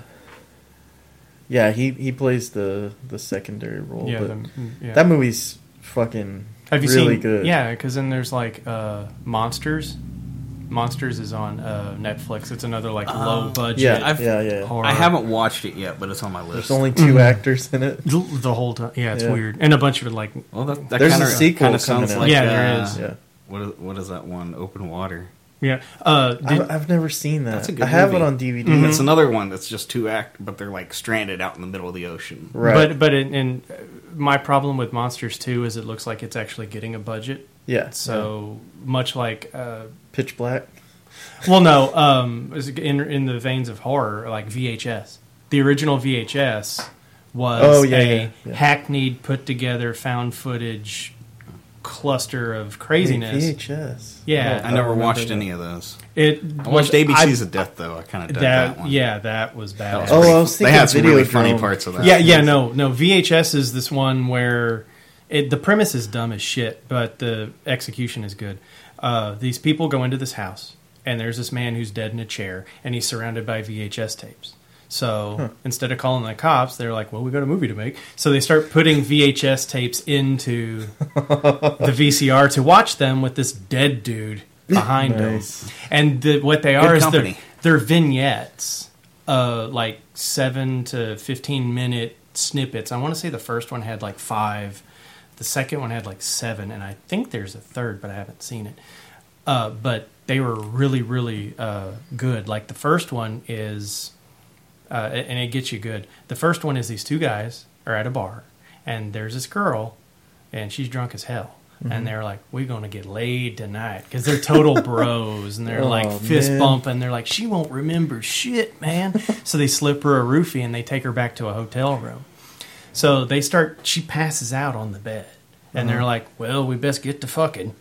Speaker 2: yeah, he he plays the the secondary role.
Speaker 4: Yeah,
Speaker 2: but
Speaker 4: the- mm, yeah.
Speaker 2: that movie's fucking
Speaker 4: have you
Speaker 2: really
Speaker 4: seen?
Speaker 2: good.
Speaker 4: Yeah, because then there's like uh, monsters. Monsters is on uh, Netflix. It's another like low budget.
Speaker 2: Ah. yeah,
Speaker 3: I've- Mm-hmm.
Speaker 2: yeah, yeah.
Speaker 4: horror.
Speaker 3: I haven't watched it yet, but it's on my list.
Speaker 2: There's only two actors in it.
Speaker 4: the the whole time. Yeah, it's
Speaker 2: Yeah.
Speaker 4: weird, and a bunch of like
Speaker 3: well, that, that
Speaker 2: There's
Speaker 3: kinda,
Speaker 2: a sequel
Speaker 3: kinda
Speaker 2: coming
Speaker 3: sounds
Speaker 2: out.
Speaker 3: like
Speaker 4: Yeah,
Speaker 3: uh,
Speaker 4: there is.
Speaker 2: Yeah,
Speaker 3: What is, what is that one? Open water.
Speaker 4: yeah. Uh,
Speaker 2: I,
Speaker 4: did-
Speaker 2: I've never seen that.
Speaker 3: That's a good
Speaker 2: I have
Speaker 3: movie. Mm-hmm.
Speaker 2: it on DVD.
Speaker 3: It's another one that's just two act, but they're like stranded out in the middle of the ocean.
Speaker 2: Right.
Speaker 4: But but in, in my problem with Monsters Two is it looks like it's actually getting a budget.
Speaker 2: yeah.
Speaker 4: So much like uh,
Speaker 2: yeah. Pitch Black.
Speaker 4: Well, no, um, is it in in the veins of horror, like VHS. The original VHS was
Speaker 2: Oh, yeah,
Speaker 4: a
Speaker 2: yeah, yeah.
Speaker 4: hackneyed, put together, found footage cluster of
Speaker 2: Wait,
Speaker 4: craziness.
Speaker 2: VHS.
Speaker 4: Yeah.
Speaker 2: don't
Speaker 3: I never
Speaker 2: Oh, remember
Speaker 3: watched
Speaker 2: that.
Speaker 3: any of those.
Speaker 4: It
Speaker 3: I watched
Speaker 4: was-
Speaker 3: ABC's of Death, though. I kind of
Speaker 4: I-
Speaker 3: dug that,
Speaker 4: that,
Speaker 3: one.
Speaker 4: yeah, that was bad.
Speaker 3: That was
Speaker 2: Oh,
Speaker 3: pretty-
Speaker 2: I was
Speaker 3: they
Speaker 2: thinking
Speaker 3: had some really funny
Speaker 2: Videodrome.
Speaker 3: parts of that.
Speaker 4: yeah, yeah, no, no. VHS is this one where it, the premise is dumb as shit, but the execution is good. Uh, these people go into this house, and there's this man who's dead in a chair, and he's surrounded by VHS tapes. So instead of calling the cops, they're like, "Well, we got a movie to make," so they start putting VHS tapes into the VCR to watch them with this dead dude behind
Speaker 2: Nice.
Speaker 4: them. And the, what they are is they're,
Speaker 3: company.
Speaker 4: they're vignettes, uh, like seven to 15 minute snippets. I want to say the first one had like five, the second one had like seven, and I think there's a third, but I haven't seen it. Uh, but they were really, really uh, good. Like the first one is uh, and it gets you good. The first one is these two guys are at a bar, and there's this girl, and she's drunk as hell.
Speaker 2: Mm-hmm.
Speaker 4: And they're like, we're going to get laid tonight because they're total bros. And they're like
Speaker 2: Oh,
Speaker 4: fist
Speaker 2: man.
Speaker 4: bumping. They're like, she won't remember shit, man. so they slip her a roofie and they take her back to a hotel room. So they start, she passes out on the bed. And
Speaker 2: Uh-huh.
Speaker 4: they're like, well, we best get to fucking.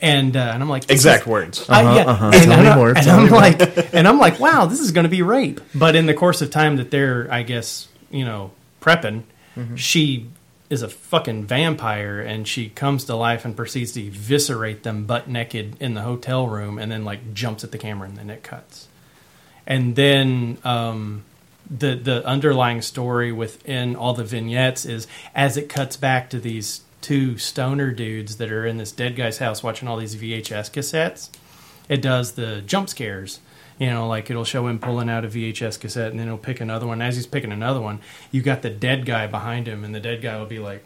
Speaker 4: And, uh, and I'm like, this is-
Speaker 3: Exact words.
Speaker 4: I- yeah, And,
Speaker 2: Tell
Speaker 4: I'm,
Speaker 2: me more,
Speaker 4: and
Speaker 2: tell
Speaker 4: I'm
Speaker 2: me more.
Speaker 4: like, and I'm like, wow, this is going to be rape. But in the course of time that they're, I guess, you know, prepping, she is a fucking vampire, and she comes to life and proceeds to eviscerate them butt naked in the hotel room, and then like jumps at the camera, and then it cuts. And then um, the the underlying story within all the vignettes is as it cuts back to these two stoner dudes that are in this dead guy's house watching all these VHS cassettes it does the jump scares. You know, like it'll show him pulling out a VHS cassette and then he'll pick another one. As he's picking another one, you got the dead guy behind him, and the dead guy will be like.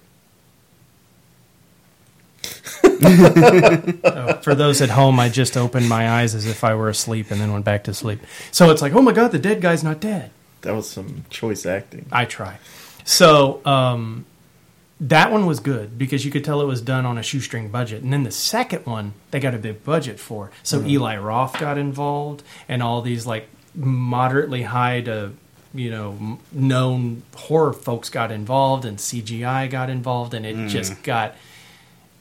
Speaker 4: Oh, for those at home, I just opened my eyes as if I were asleep and then went back to sleep. So it's like, oh my God, the dead guy's not dead.
Speaker 2: That was some choice acting.
Speaker 4: I try. So um, that one was good because you could tell it was done on a shoestring budget. And then the second one, they got a big budget for. So Eli Roth got involved, and all these like moderately high to you know m- known horror folks got involved, and CGI got involved, and it just got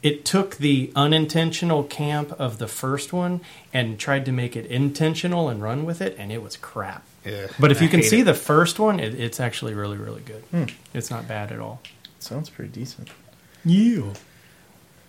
Speaker 4: it took the unintentional camp of the first one and tried to make it intentional and run with it, and it was crap.
Speaker 3: Yeah,
Speaker 4: But if
Speaker 3: I
Speaker 4: you can
Speaker 3: hate
Speaker 4: see
Speaker 3: it. Hmm.
Speaker 4: the first one, it, it's actually really, really good. It's not bad at all.
Speaker 2: Sounds pretty decent.
Speaker 4: You.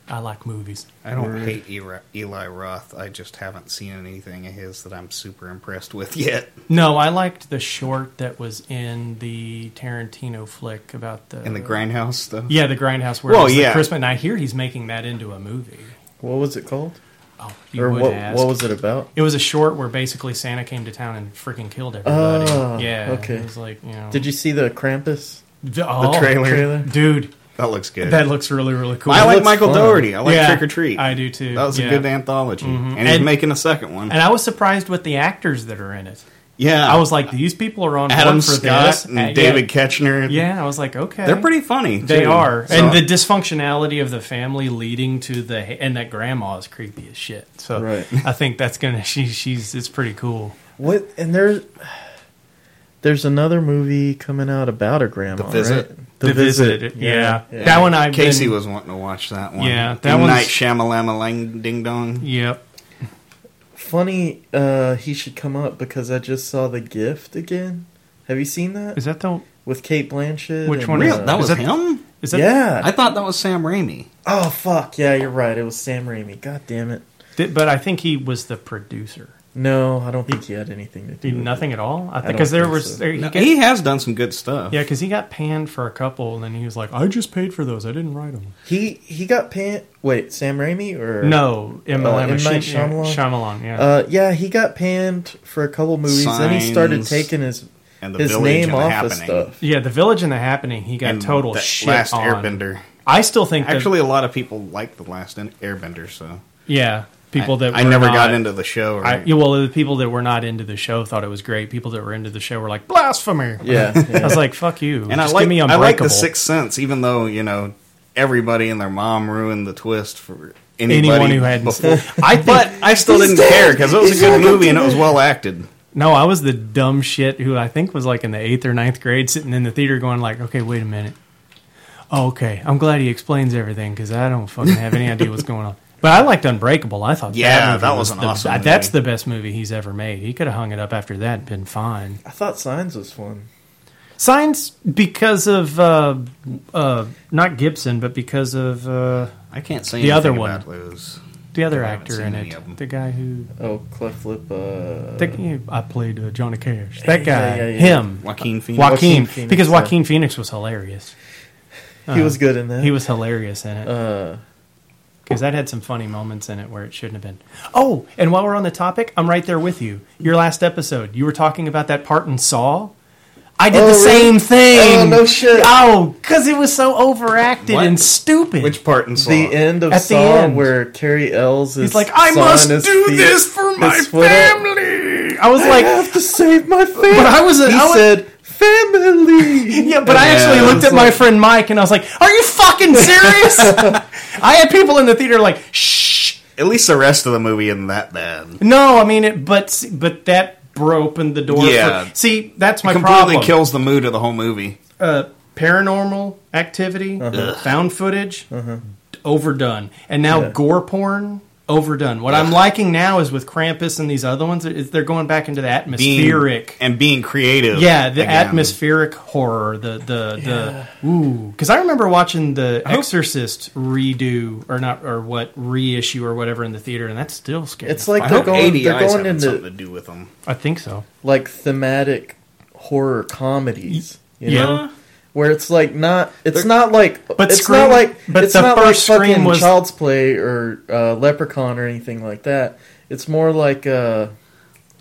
Speaker 4: I like movies.
Speaker 3: I don't
Speaker 2: Word.
Speaker 3: hate Eli, Eli Roth. I just haven't seen anything of his that I'm super impressed with yet.
Speaker 4: No, I liked the short that was in the Tarantino flick about the
Speaker 3: In the Grindhouse stuff.
Speaker 4: Yeah, the Grindhouse where
Speaker 3: Well,
Speaker 4: it's
Speaker 3: yeah.
Speaker 4: the Christmas. And I hear he's making that into a movie.
Speaker 2: What was it called?
Speaker 4: Oh, you
Speaker 2: or
Speaker 4: would
Speaker 2: what?
Speaker 4: ask.
Speaker 2: What was it about?
Speaker 4: It was a short where basically Santa came to town and freaking killed everybody.
Speaker 2: Oh,
Speaker 4: yeah.
Speaker 2: okay.
Speaker 4: It was like, you know.
Speaker 2: Did you see the Krampus
Speaker 4: the, oh,
Speaker 3: trailer?
Speaker 2: trailer?
Speaker 4: Dude,
Speaker 3: That looks good.
Speaker 4: that looks really, really cool.
Speaker 3: I
Speaker 2: That
Speaker 3: like
Speaker 2: looks
Speaker 3: Michael
Speaker 2: fun.
Speaker 3: Dougherty. I like
Speaker 4: Yeah,
Speaker 3: Trick or Treat.
Speaker 4: I do too.
Speaker 3: That was
Speaker 4: yeah. Mm-hmm.
Speaker 3: a good anthology. And he's
Speaker 4: And-
Speaker 3: making a second one.
Speaker 4: And I was surprised with the actors that are in it.
Speaker 3: yeah.
Speaker 4: I was like, these people are on
Speaker 3: Oh. Adam
Speaker 4: board for
Speaker 3: Scott
Speaker 4: this.
Speaker 3: and
Speaker 4: Uh, yeah.
Speaker 3: David Ketchner.
Speaker 4: Yeah, I was like, okay.
Speaker 3: They're pretty funny.
Speaker 4: They
Speaker 3: too.
Speaker 4: are,
Speaker 3: So-
Speaker 4: and the dysfunctionality of the family leading to the and that grandma is creepy as shit. So
Speaker 2: Right.
Speaker 4: I think that's gonna she she's it's pretty cool.
Speaker 2: What? And there's there's another movie coming out about a grandma.
Speaker 3: The Visit.
Speaker 2: Right?
Speaker 4: The, visit, yeah.
Speaker 2: Yeah.
Speaker 4: that one I've
Speaker 3: Casey
Speaker 4: been,
Speaker 3: was wanting to watch that one.
Speaker 4: Yeah, that
Speaker 3: that one.
Speaker 4: one's-
Speaker 3: Night Shyamalama Lang Ding Dong.
Speaker 4: Yep.
Speaker 2: Funny, uh, he should come up because I just saw The Gift again. Have you seen that
Speaker 4: Is that the
Speaker 2: with Kate Blanchett?
Speaker 4: Which
Speaker 2: and,
Speaker 4: one is
Speaker 3: Real?
Speaker 2: uh,
Speaker 3: That was
Speaker 4: that-
Speaker 3: him?
Speaker 4: is that
Speaker 2: yeah.
Speaker 3: I thought that was Sam Raimi.
Speaker 2: oh fuck! Yeah, you're right. It was Sam Raimi. God damn it.
Speaker 4: Th- But I think he was the producer.
Speaker 2: No, I don't think he had anything to do.
Speaker 4: He did
Speaker 3: Mm-hmm.
Speaker 2: with
Speaker 4: nothing at all. I think
Speaker 2: don't
Speaker 4: because there
Speaker 2: think
Speaker 4: was
Speaker 2: so.
Speaker 4: there, he
Speaker 3: No,
Speaker 4: got-
Speaker 3: he has done some good stuff.
Speaker 4: yeah because he got panned for a couple and then he was like, "Oh, I just paid for those. I didn't write them.
Speaker 2: it. He he got pan. Wait, Sam Raimi or
Speaker 4: No, M.
Speaker 2: Uh,
Speaker 4: L.
Speaker 2: M.
Speaker 4: M.
Speaker 2: Night Shyamalan?
Speaker 4: Shyamalan. Shyamalan. Yeah.
Speaker 3: Oh,
Speaker 2: Uh, yeah, he got panned for a couple movies. Then he started
Speaker 3: Signs.
Speaker 2: taking his
Speaker 3: And the
Speaker 2: his
Speaker 3: village
Speaker 2: name
Speaker 3: and
Speaker 2: off
Speaker 3: the
Speaker 2: of
Speaker 3: happening.
Speaker 2: stuff.
Speaker 4: yeah, The Village and the Happening. He got
Speaker 3: And
Speaker 4: total
Speaker 3: that
Speaker 4: shit
Speaker 3: Last
Speaker 4: on.
Speaker 3: Airbender.
Speaker 4: I still think that-
Speaker 3: Actually, a lot of people like the Last Airbender. So
Speaker 4: yeah, people
Speaker 3: I,
Speaker 4: that
Speaker 3: I
Speaker 4: were
Speaker 3: never got
Speaker 4: not-
Speaker 3: into the show. Or,
Speaker 4: I, yeah, well, the people that were not into the show thought it was great. People that were into the show were like blasphemy.
Speaker 2: Yeah,
Speaker 4: I
Speaker 2: yeah.
Speaker 4: was like, "Fuck you!"
Speaker 3: and I
Speaker 4: Just
Speaker 3: like
Speaker 4: give me
Speaker 3: I like
Speaker 4: Unbreakable.
Speaker 3: the Sixth Sense, even though you know everybody and their mom ruined the twist for anybody
Speaker 4: Anyone who hadn't
Speaker 3: before.
Speaker 4: seen- I think-
Speaker 3: but I still didn't care because it was a good movie and it was well acted.
Speaker 4: No, I was the dumb shit who I think was like in the eighth or ninth grade, sitting in the theater, going like, "Okay, wait a minute. Oh, okay, I'm glad he explains everything because I don't fucking have any idea what's going on." But I liked Unbreakable. I thought,
Speaker 3: Yeah,
Speaker 4: movie
Speaker 3: that was an
Speaker 4: the-
Speaker 3: awesome movie.
Speaker 4: That's the best movie he's ever made. He could have hung it up after that, and been fine.
Speaker 2: I thought Signs was fun.
Speaker 4: Signs because of uh, uh, not Gibson, but because of uh,
Speaker 3: I can't say
Speaker 4: The
Speaker 3: anything
Speaker 4: other
Speaker 3: about those.
Speaker 4: the other
Speaker 3: I haven't
Speaker 4: actor
Speaker 3: seen
Speaker 4: in
Speaker 3: any of
Speaker 4: it,
Speaker 3: 'em.
Speaker 4: the guy who
Speaker 2: Oh, Cleft Lip. Uh,
Speaker 4: the, I played uh, Johnny Cash. That guy,
Speaker 2: yeah, yeah.
Speaker 4: him,
Speaker 3: Joaquin Phoenix.
Speaker 4: Joaquin,
Speaker 2: Joaquin Phoenix,
Speaker 4: because
Speaker 2: yeah.
Speaker 4: Joaquin Phoenix was hilarious.
Speaker 2: he was good in that.
Speaker 4: Uh, He was hilarious in it
Speaker 2: Uh,
Speaker 4: because that had some funny moments in it where it shouldn't have been. Oh, and while we're on the topic, I'm right there with you. Your last episode, you were talking about that part in Saw. I did
Speaker 2: Oh,
Speaker 4: the
Speaker 2: really?
Speaker 4: same thing.
Speaker 2: Oh, no shit.
Speaker 4: Oh, because it was so overacted
Speaker 3: What?
Speaker 4: and stupid.
Speaker 3: Which part in Saw?
Speaker 2: the end of
Speaker 4: At the
Speaker 2: Saw
Speaker 4: end.
Speaker 2: where Carrie Ells is.
Speaker 4: He's like, I
Speaker 2: sawing
Speaker 4: must
Speaker 2: his
Speaker 4: do
Speaker 2: feet-
Speaker 4: this for my
Speaker 2: his foot up.
Speaker 4: family. I was
Speaker 2: I
Speaker 4: like,
Speaker 2: have to save my family.
Speaker 4: But I was a-
Speaker 2: he
Speaker 4: I was-
Speaker 2: said, family.
Speaker 4: Yeah, but I actually
Speaker 2: Yeah.
Speaker 4: looked at my friend Mike and I was like, "Are you fucking serious?" I had people in the theater like, "Shh,
Speaker 3: At least the rest of the movie isn't that bad.
Speaker 4: no." I mean, it, but but that bro opened the door.
Speaker 3: Yeah.
Speaker 4: For, see, that's my
Speaker 3: Completely
Speaker 4: problem.
Speaker 3: kills the mood of the whole movie.
Speaker 4: uh, paranormal activity,
Speaker 2: Uh-huh.
Speaker 4: found footage, overdone, and now
Speaker 2: Yeah.
Speaker 4: gore porn. Overdone. What I'm liking now is with Krampus and these other ones, is they're going back into the
Speaker 3: Being
Speaker 4: atmospheric.
Speaker 3: and being creative.
Speaker 4: Yeah, the
Speaker 3: again.
Speaker 4: atmospheric horror, the the the ooh, because I remember watching the Exorcist redo or not or what reissue or whatever in the theater, and that's still scary.
Speaker 2: It's like
Speaker 3: I
Speaker 2: they're
Speaker 3: hope
Speaker 2: going,
Speaker 3: ADI's
Speaker 2: they're going
Speaker 3: having
Speaker 2: into
Speaker 3: something to do with them.
Speaker 4: I think so.
Speaker 2: like thematic horror comedies. You
Speaker 4: yeah.
Speaker 2: know? Where it's like not, it's not like,
Speaker 4: But
Speaker 2: it's
Speaker 4: Scream-
Speaker 2: not like,
Speaker 4: but
Speaker 2: it's
Speaker 4: the
Speaker 2: not
Speaker 4: first
Speaker 2: like
Speaker 4: Scream
Speaker 2: fucking
Speaker 4: was-
Speaker 2: Child's Play or uh, Leprechaun or anything like that. It's more like, uh,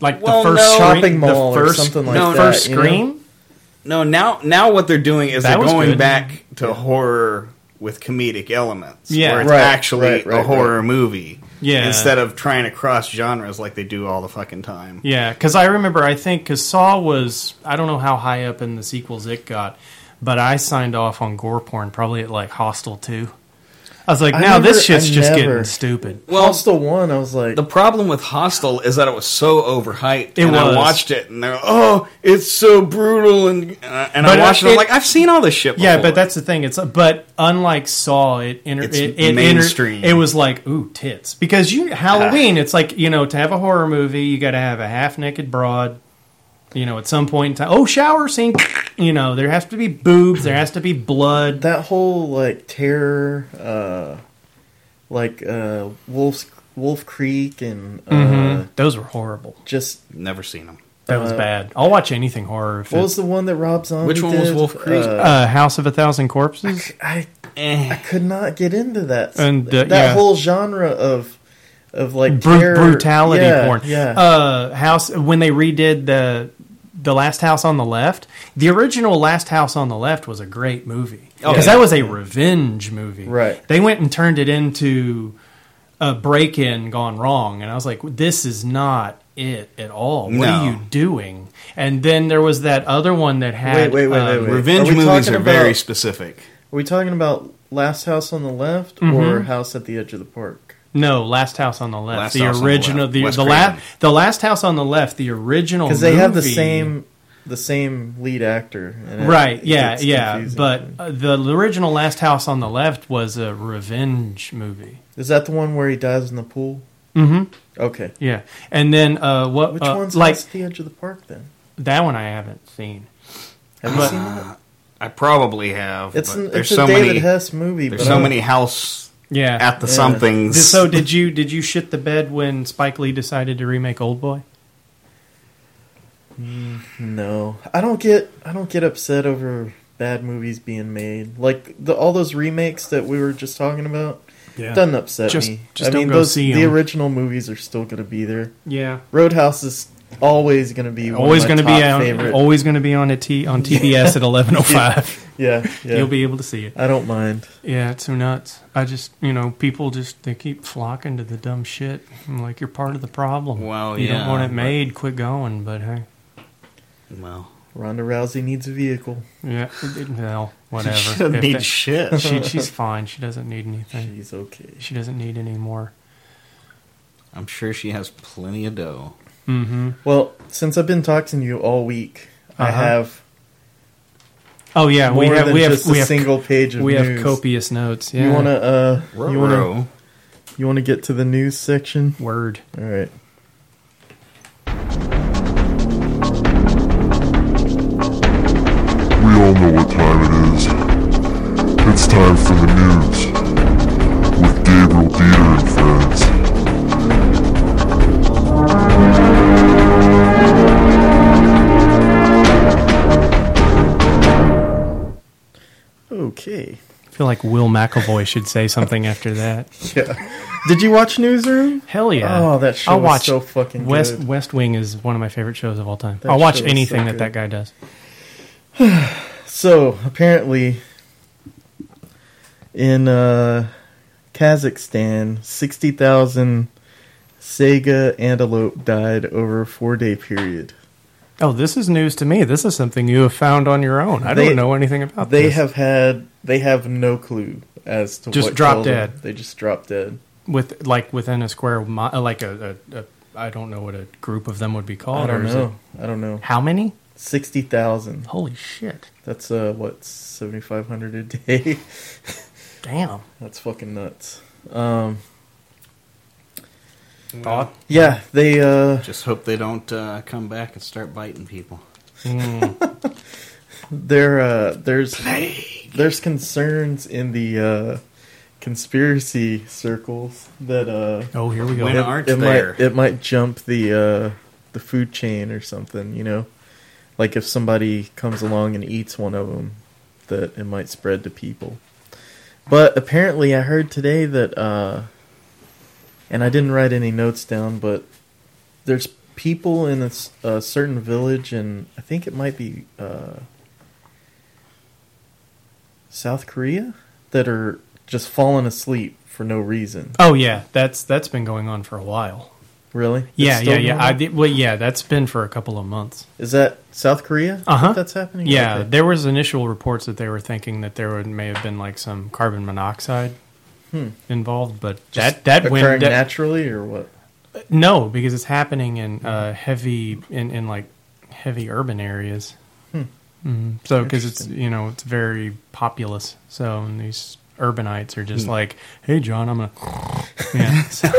Speaker 4: Like
Speaker 3: Well,
Speaker 4: the first
Speaker 3: no.
Speaker 4: Scream-
Speaker 2: Shopping mall
Speaker 4: the
Speaker 2: or
Speaker 4: first,
Speaker 2: something
Speaker 4: the
Speaker 2: like
Speaker 3: that,
Speaker 4: First
Speaker 2: you know?
Speaker 4: Scream.
Speaker 3: No, now now what they're doing is
Speaker 4: That
Speaker 3: they're
Speaker 4: was
Speaker 3: going
Speaker 4: good.
Speaker 3: back to horror with comedic elements.
Speaker 4: Yeah.
Speaker 3: where it's
Speaker 2: Right,
Speaker 3: actually
Speaker 2: right, right,
Speaker 3: a horror movie.
Speaker 4: Yeah.
Speaker 3: instead of trying to cross genres like they do all the fucking time.
Speaker 4: Yeah, because I remember I think because Saw was I don't know how high up in the sequels it got, but I signed off on gore porn probably at like Hostel two. I was like,
Speaker 2: I
Speaker 4: now
Speaker 2: never-
Speaker 4: this shit's
Speaker 2: I
Speaker 4: just
Speaker 2: never-
Speaker 4: getting stupid.
Speaker 3: Well-
Speaker 2: Hostel one, I was like,
Speaker 3: The problem with Hostel is that it was so overhyped.
Speaker 4: It
Speaker 3: and I
Speaker 4: was.
Speaker 3: watched it and they're oh, it's so brutal and uh, and
Speaker 4: But,
Speaker 3: I
Speaker 4: uh,
Speaker 3: watched it.
Speaker 4: it-
Speaker 3: I'm like, I've seen all this shit. Before.
Speaker 4: Yeah, but that's the thing. It's but unlike Saw, it inter-
Speaker 3: It's
Speaker 4: it, it inter-
Speaker 3: mainstream. Ah.
Speaker 4: it was like ooh tits because you Halloween. It's like you know to have a horror movie, you got to have a half naked broad. You know, at some point in time, oh shower scene. You know, there has to be boobs. There has to be blood.
Speaker 2: that whole like terror uh like uh wolf's wolf creek and uh
Speaker 4: Those were horrible.
Speaker 2: just
Speaker 3: never seen them.
Speaker 4: That was bad. I'll watch anything horror. If
Speaker 2: what
Speaker 4: it's,
Speaker 2: was the one that rob zombie
Speaker 3: Which one was
Speaker 2: did?
Speaker 3: Wolf Creek?
Speaker 2: Uh,
Speaker 4: uh, House of a Thousand Corpses.
Speaker 2: i i
Speaker 3: Eh.
Speaker 2: could not get into that
Speaker 4: And, uh,
Speaker 2: that
Speaker 4: yeah.
Speaker 2: whole genre of of like
Speaker 4: Bru-
Speaker 2: terror-
Speaker 4: brutality
Speaker 2: yeah,
Speaker 4: porn.
Speaker 2: yeah
Speaker 4: Uh, house when they redid the the Last House on the Left. The original Last House on the Left was a great movie
Speaker 3: Oh,
Speaker 4: because
Speaker 3: yeah.
Speaker 4: that was a revenge movie.
Speaker 2: Right.
Speaker 4: They went and turned it into a break in gone wrong, and I was like, this is not it at all. What
Speaker 3: No.
Speaker 4: are you doing? And then there was that other one that
Speaker 2: Wait,
Speaker 4: had
Speaker 2: wait, wait,
Speaker 4: um,
Speaker 2: wait, wait.
Speaker 3: Revenge
Speaker 2: Are we
Speaker 3: movies
Speaker 2: talking
Speaker 3: are very
Speaker 2: about-
Speaker 3: specific.
Speaker 2: are we talking about last house on the left
Speaker 4: Mm-hmm.
Speaker 2: or house at the edge of the park
Speaker 4: No, Last House on the Left.
Speaker 3: Last
Speaker 4: the
Speaker 3: House on the
Speaker 4: original,
Speaker 3: Left.
Speaker 4: the
Speaker 3: Wes
Speaker 4: the, la-
Speaker 3: Craven.
Speaker 4: the Last House on the Left. The original
Speaker 2: because they have the
Speaker 4: Oh, movie-
Speaker 2: same the same lead actor and it-
Speaker 4: Right,
Speaker 2: it
Speaker 4: yeah,
Speaker 2: gets
Speaker 4: yeah.
Speaker 2: confusing.
Speaker 4: But uh, the original Last House on the Left was a revenge movie.
Speaker 2: Is that the one where he dives in the pool?
Speaker 4: Mm-hmm.
Speaker 2: Okay.
Speaker 4: Yeah, and then uh, what?
Speaker 2: Which
Speaker 4: uh,
Speaker 2: one's
Speaker 4: like
Speaker 2: House at the edge of the park then?
Speaker 4: that one? I haven't seen.
Speaker 2: Have you
Speaker 4: But-
Speaker 2: seen that?
Speaker 3: I probably have.
Speaker 2: It's,
Speaker 3: Ah, but
Speaker 2: an,
Speaker 3: there's
Speaker 2: it's a
Speaker 3: so
Speaker 2: David
Speaker 3: many.
Speaker 2: Hess movie.
Speaker 3: There's
Speaker 2: but
Speaker 3: so
Speaker 2: I-
Speaker 3: many house
Speaker 4: Yeah.
Speaker 3: at the
Speaker 2: Yeah.
Speaker 4: Did-
Speaker 3: somethings.
Speaker 4: so did you? Did you shit the bed when Spike Lee decided to remake Old Boy?
Speaker 2: No, I don't get. I don't get upset over bad movies being made. Like the, all those remakes that we were just talking about
Speaker 4: Yeah.
Speaker 2: doesn't upset
Speaker 4: Just-
Speaker 2: me.
Speaker 4: just
Speaker 2: I mean,
Speaker 4: don't go
Speaker 2: those
Speaker 4: see
Speaker 2: the
Speaker 4: 'em.
Speaker 2: original movies are still going to be there.
Speaker 4: Yeah.
Speaker 2: Roadhouse is always going to be one
Speaker 4: Always
Speaker 2: going to
Speaker 4: be on.
Speaker 2: favorite.
Speaker 4: Always going to be on a T on TBS at eleven oh five.
Speaker 2: yeah, yeah.
Speaker 4: You'll be able to see it.
Speaker 2: I don't mind.
Speaker 4: Yeah, it's so nuts. I just, you know, people just they keep flocking to the dumb shit. I'm like, you're part of the problem.
Speaker 3: Well,
Speaker 4: you don't
Speaker 3: yeah,
Speaker 4: want it
Speaker 3: but-
Speaker 4: made. Quit going. But hey,
Speaker 3: well,
Speaker 2: Ronda Rousey needs a vehicle.
Speaker 4: yeah, it, it- well, whatever.
Speaker 3: she doesn't
Speaker 4: If
Speaker 3: need
Speaker 4: that-
Speaker 3: shit.
Speaker 4: she, she's fine. She doesn't need anything.
Speaker 2: She's okay.
Speaker 4: She doesn't need any more.
Speaker 3: I'm sure she has plenty of dough.
Speaker 4: Mm-hmm.
Speaker 2: Well, since I've been talking to you all week, I
Speaker 4: Uh-huh.
Speaker 2: have
Speaker 4: Oh yeah,
Speaker 2: more
Speaker 4: we have
Speaker 2: than
Speaker 4: we have
Speaker 2: just
Speaker 4: we
Speaker 2: a
Speaker 4: have
Speaker 2: single page of
Speaker 4: we have
Speaker 2: news.
Speaker 4: copious notes. Yeah,
Speaker 2: You wanna uh, you wanna
Speaker 3: Ruh-roh.
Speaker 2: you wanna get to the news section?
Speaker 4: word.
Speaker 2: All right.
Speaker 5: We all know what time it is. It's time for the news with Gabriel Dieter and friends.
Speaker 2: Okay.
Speaker 4: I feel like Will McAvoy should say something after that.
Speaker 2: Yeah. Did you watch Newsroom?
Speaker 4: Hell yeah!
Speaker 2: Oh, that show was so fucking
Speaker 4: West
Speaker 2: good.
Speaker 4: West Wing is one of my favorite shows of all time.
Speaker 2: That
Speaker 4: I'll watch
Speaker 2: show was so
Speaker 4: anything that
Speaker 2: good.
Speaker 4: that guy does.
Speaker 2: So apparently, in uh, Kazakhstan, sixty thousand Sega antelope died over a four-day period.
Speaker 4: Oh, this is news to me. This is something you have found on your own. I
Speaker 2: They-
Speaker 4: don't know anything about
Speaker 2: They
Speaker 4: this.
Speaker 2: have had they have no clue as to
Speaker 4: Just
Speaker 2: what
Speaker 4: dropped
Speaker 2: killed 'em.
Speaker 4: dead.
Speaker 2: They just dropped dead.
Speaker 4: with like within a square mile, like a, a, a I don't know what a group of them would be called.
Speaker 2: I don't
Speaker 4: or is
Speaker 2: know. I don't know.
Speaker 4: It, how many?
Speaker 2: Sixty thousand.
Speaker 4: Holy shit!
Speaker 2: That's uh what seventy five hundred a day.
Speaker 4: Damn.
Speaker 2: That's fucking nuts. Um,
Speaker 4: Thought.
Speaker 2: yeah, they uh
Speaker 3: Just hope they don't uh, come back and start biting people.
Speaker 2: Hmm. there uh there's there's concerns in the uh conspiracy circles that uh
Speaker 4: Oh, here we go.
Speaker 3: When
Speaker 2: it,
Speaker 3: aren't
Speaker 2: it
Speaker 3: there?
Speaker 2: might it might jump the uh the food chain or something, you know. Like if somebody comes along and eats one of them that it might spread to people. But apparently I heard today that uh and I didn't write any notes down, but there's people in a, s- a certain village, and I think it might be uh, South Korea, that are just falling asleep for no reason.
Speaker 4: Oh yeah, that's that's been going on for a while.
Speaker 2: Really? It's
Speaker 4: Yeah,
Speaker 2: still
Speaker 4: yeah, yeah.
Speaker 2: going
Speaker 4: I
Speaker 2: on?
Speaker 4: did, well, yeah, that's been for a couple of months.
Speaker 2: Is that South Korea? I
Speaker 4: Uh huh.
Speaker 2: think That's happening.
Speaker 4: Yeah,
Speaker 2: Okay.
Speaker 4: there was initial reports that they were thinking that there would, may have been like some carbon monoxide involved, but that that
Speaker 2: Hmm. occurring
Speaker 4: went that-
Speaker 2: naturally or what?
Speaker 4: no because it's happening in uh, heavy in, in like heavy urban areas. hmm So because it's
Speaker 2: Interesting.
Speaker 4: you know it's very populous, so and these urbanites are just like, hey John, I'm gonna yeah so-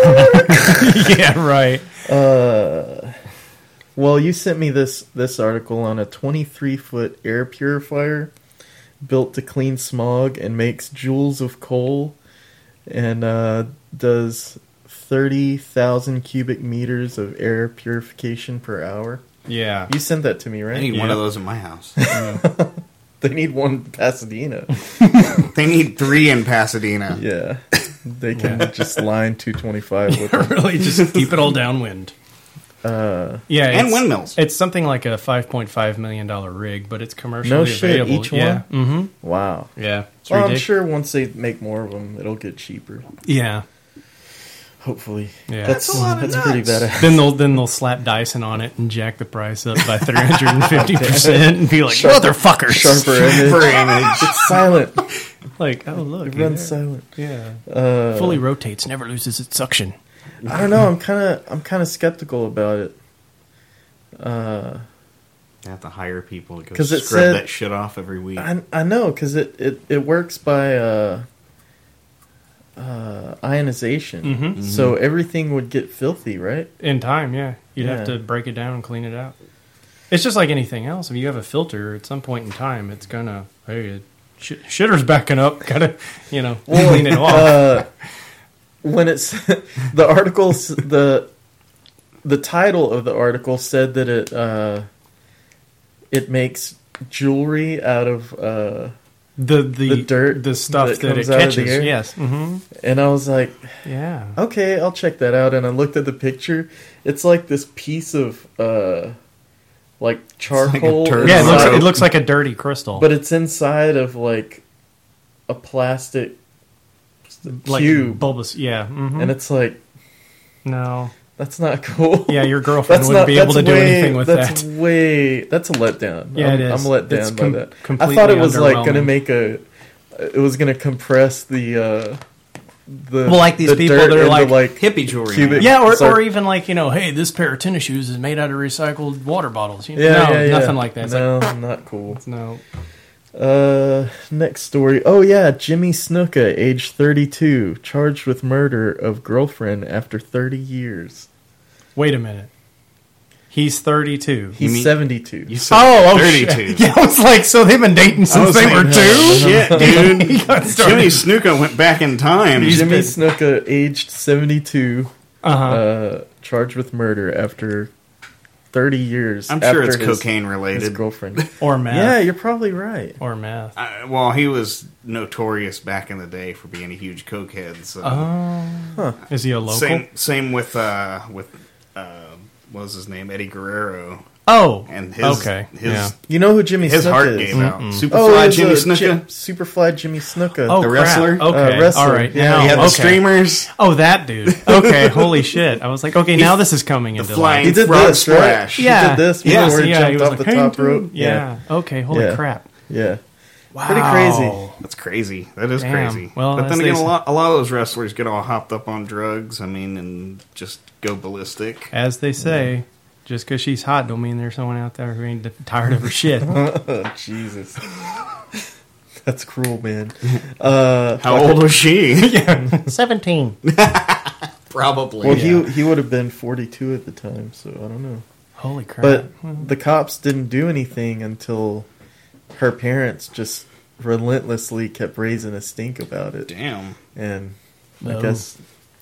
Speaker 4: yeah right
Speaker 2: Well, you sent me this this article on a 23 foot air purifier built to clean smog and makes joules of coal and uh, does 30,000 cubic meters of air purification per hour.
Speaker 4: yeah
Speaker 2: You sent that to me, right?
Speaker 3: I need one
Speaker 4: Yeah.
Speaker 3: of those in my house.
Speaker 2: they need one in Pasadena.
Speaker 3: they need three in Pasadena.
Speaker 2: yeah. They can
Speaker 4: Yeah.
Speaker 2: just line 225 with them.
Speaker 4: really just keep it all downwind. Uh, yeah,
Speaker 3: And
Speaker 4: it's-
Speaker 3: windmills.
Speaker 4: It's something like a five point five million dollar rig, but it's commercially
Speaker 2: No shit,
Speaker 4: available.
Speaker 2: each
Speaker 4: yeah. one.
Speaker 2: Wow.
Speaker 4: hmm Yeah. It's
Speaker 2: Well, I'm
Speaker 4: ridic-
Speaker 2: Um, sure once they make more of them, it'll get cheaper.
Speaker 4: Yeah.
Speaker 2: Hopefully.
Speaker 4: Yeah.
Speaker 2: That's,
Speaker 3: That's a lot of
Speaker 2: that's pretty
Speaker 3: nuts.
Speaker 2: badass.
Speaker 4: then they'll then they'll slap Dyson on it and jack the price up by three hundred and fifty percent and be like motherfuckers.
Speaker 2: Sharper
Speaker 3: For
Speaker 2: image.
Speaker 3: image.
Speaker 2: It's silent.
Speaker 4: Like oh
Speaker 2: It
Speaker 4: look, yeah. Uh,
Speaker 2: runs silent.
Speaker 4: yeah, fully rotates, never loses its suction.
Speaker 2: I don't know. I'm kind of I'm kind of skeptical about it
Speaker 3: I have to hire people to go
Speaker 2: 'Cause
Speaker 3: scrub
Speaker 2: it said-
Speaker 3: that shit off every week.
Speaker 2: I I know because it, it it works by uh, uh, ionization.
Speaker 4: Mm-hmm.
Speaker 2: So everything would get filthy, right?
Speaker 4: In time, yeah, you'd
Speaker 2: Yeah.
Speaker 4: have to break it down and clean it out. It's just like anything else. If you have a filter, at some point in time, it's gonna hey, it, sh- shitter's backing up. Gotta you know clean it off.
Speaker 2: Uh, when it's the article, s- the the title of the article said that it uh, it makes jewelry out of. Uh,
Speaker 4: the, the
Speaker 2: the dirt
Speaker 4: the stuff
Speaker 2: that
Speaker 4: that,
Speaker 2: comes
Speaker 4: it
Speaker 2: out of the
Speaker 4: catches.
Speaker 2: air? Oh,
Speaker 4: Yes, hmm
Speaker 2: and I was like,
Speaker 4: yeah.
Speaker 2: okay, I'll check that out. And I looked at the picture. It's like this piece of uh, like charcoal.
Speaker 3: turd.
Speaker 4: Yeah, it looks,
Speaker 2: inside-
Speaker 4: it looks like a dirty crystal,
Speaker 2: but it's inside of like a plastic
Speaker 4: like
Speaker 2: cube,
Speaker 4: bulbous. Yeah, hmm
Speaker 2: and it's like
Speaker 4: no,
Speaker 2: that's not cool.
Speaker 4: yeah, your girlfriend wouldn't be able to
Speaker 2: that's
Speaker 4: do
Speaker 2: way-
Speaker 4: anything with
Speaker 2: that's
Speaker 4: that.
Speaker 2: way that's a letdown.
Speaker 4: Yeah,
Speaker 2: I'm,
Speaker 4: it is.
Speaker 2: I'm let down
Speaker 4: It's
Speaker 2: by
Speaker 4: com-
Speaker 2: that. I thought
Speaker 4: completely
Speaker 2: it was like going to
Speaker 4: underwhelming.
Speaker 2: make a. It was going to compress the. Uh, the
Speaker 4: Well, like these
Speaker 2: the
Speaker 4: people
Speaker 2: dirt
Speaker 4: that are
Speaker 2: into,
Speaker 4: like,
Speaker 3: Hippie jewelry.
Speaker 2: Cubic-
Speaker 3: man.
Speaker 4: Yeah, or,
Speaker 2: Sorry.
Speaker 4: or even like you know, hey, this pair of tennis shoes is made out of recycled water bottles. You know?
Speaker 2: yeah,
Speaker 4: no,
Speaker 2: yeah, yeah.
Speaker 4: nothing like that. It's like,
Speaker 2: No, not cool.
Speaker 4: no,
Speaker 2: Uh, next story. Oh yeah, Jimmy Snuka, age 32, charged with murder of girlfriend after 30 years.
Speaker 4: wait a minute. He's thirty-two.
Speaker 2: He's
Speaker 3: mean-
Speaker 2: 72.
Speaker 3: You said
Speaker 4: oh, oh,
Speaker 3: 32.
Speaker 4: shit. Yeah, I was like, so they've been dating
Speaker 3: I
Speaker 4: since
Speaker 3: was
Speaker 4: they
Speaker 3: like,
Speaker 4: were two.
Speaker 3: Shit, dude.
Speaker 4: He got started.
Speaker 3: Jimmy Snuka went back in time.
Speaker 4: He's-
Speaker 2: Jimmy
Speaker 4: been-
Speaker 2: Snuka, aged 72,
Speaker 4: Uh-huh.
Speaker 2: uh, charged with murder after 30 years.
Speaker 3: I'm sure it's
Speaker 2: after his-
Speaker 3: cocaine
Speaker 2: His
Speaker 3: related.
Speaker 2: girlfriend.
Speaker 4: or meth.
Speaker 2: yeah, you're probably right.
Speaker 4: or meth.
Speaker 3: I, well, he was notorious back in the day for being a huge cokehead. So
Speaker 2: Uh-huh.
Speaker 4: Is he a local?
Speaker 3: same same with uh, with uh, what was his name Eddie Guerrero
Speaker 4: Oh,
Speaker 3: and his
Speaker 4: okay,
Speaker 3: his
Speaker 4: yeah.
Speaker 2: You know who Jimmy
Speaker 3: his
Speaker 2: Snuka
Speaker 3: heart
Speaker 2: is?
Speaker 3: gave out. Superfly
Speaker 2: Oh, he was,
Speaker 3: Jimmy
Speaker 2: uh, Ji-
Speaker 3: Snuka.
Speaker 2: Superfly Jimmy Snuka.
Speaker 4: Oh,
Speaker 3: the
Speaker 4: crap.
Speaker 3: wrestler?
Speaker 4: Okay,
Speaker 2: Uh, wrestler.
Speaker 4: all right.
Speaker 2: Yeah,
Speaker 4: now,
Speaker 3: he had the
Speaker 4: Oh, okay.
Speaker 3: streamers,
Speaker 4: Oh, that dude. Okay, holy shit. I was like, okay, now this is coming
Speaker 3: the
Speaker 4: into
Speaker 3: flying
Speaker 2: He did
Speaker 3: frog
Speaker 2: this, right?
Speaker 3: splash.
Speaker 2: He
Speaker 4: light. Yeah,
Speaker 2: did this,
Speaker 4: Yeah,
Speaker 2: remember where he
Speaker 4: yeah,
Speaker 2: jumped
Speaker 4: was
Speaker 2: off
Speaker 4: like,
Speaker 2: the
Speaker 4: "Hey,
Speaker 2: top
Speaker 4: dude."
Speaker 2: rope?
Speaker 4: Yeah. Okay. Holy
Speaker 2: Yeah.
Speaker 4: crap.
Speaker 2: Yeah.
Speaker 4: Wow.
Speaker 2: Pretty crazy.
Speaker 3: That's crazy. That is
Speaker 4: Damn.
Speaker 3: crazy.
Speaker 4: Well,
Speaker 3: but then
Speaker 4: that's
Speaker 3: again, a
Speaker 4: decent.
Speaker 3: lot, a lot of those wrestlers get all hopped up on drugs. I mean, and just go ballistic.
Speaker 4: As they say, just because she's hot don't mean there's someone out there who ain't tired of her shit.
Speaker 2: Oh, Jesus. That's cruel, man. Uh,
Speaker 3: How old was she?
Speaker 4: Seventeen.
Speaker 3: Probably.
Speaker 2: well,
Speaker 4: Yeah.
Speaker 2: he he would have been 42 at the time, so I don't know.
Speaker 4: Holy crap.
Speaker 2: But
Speaker 4: Hmm.
Speaker 2: the cops didn't do anything until her parents just relentlessly kept raising a stink about it,
Speaker 3: Damn.
Speaker 2: and I
Speaker 4: No.
Speaker 2: guess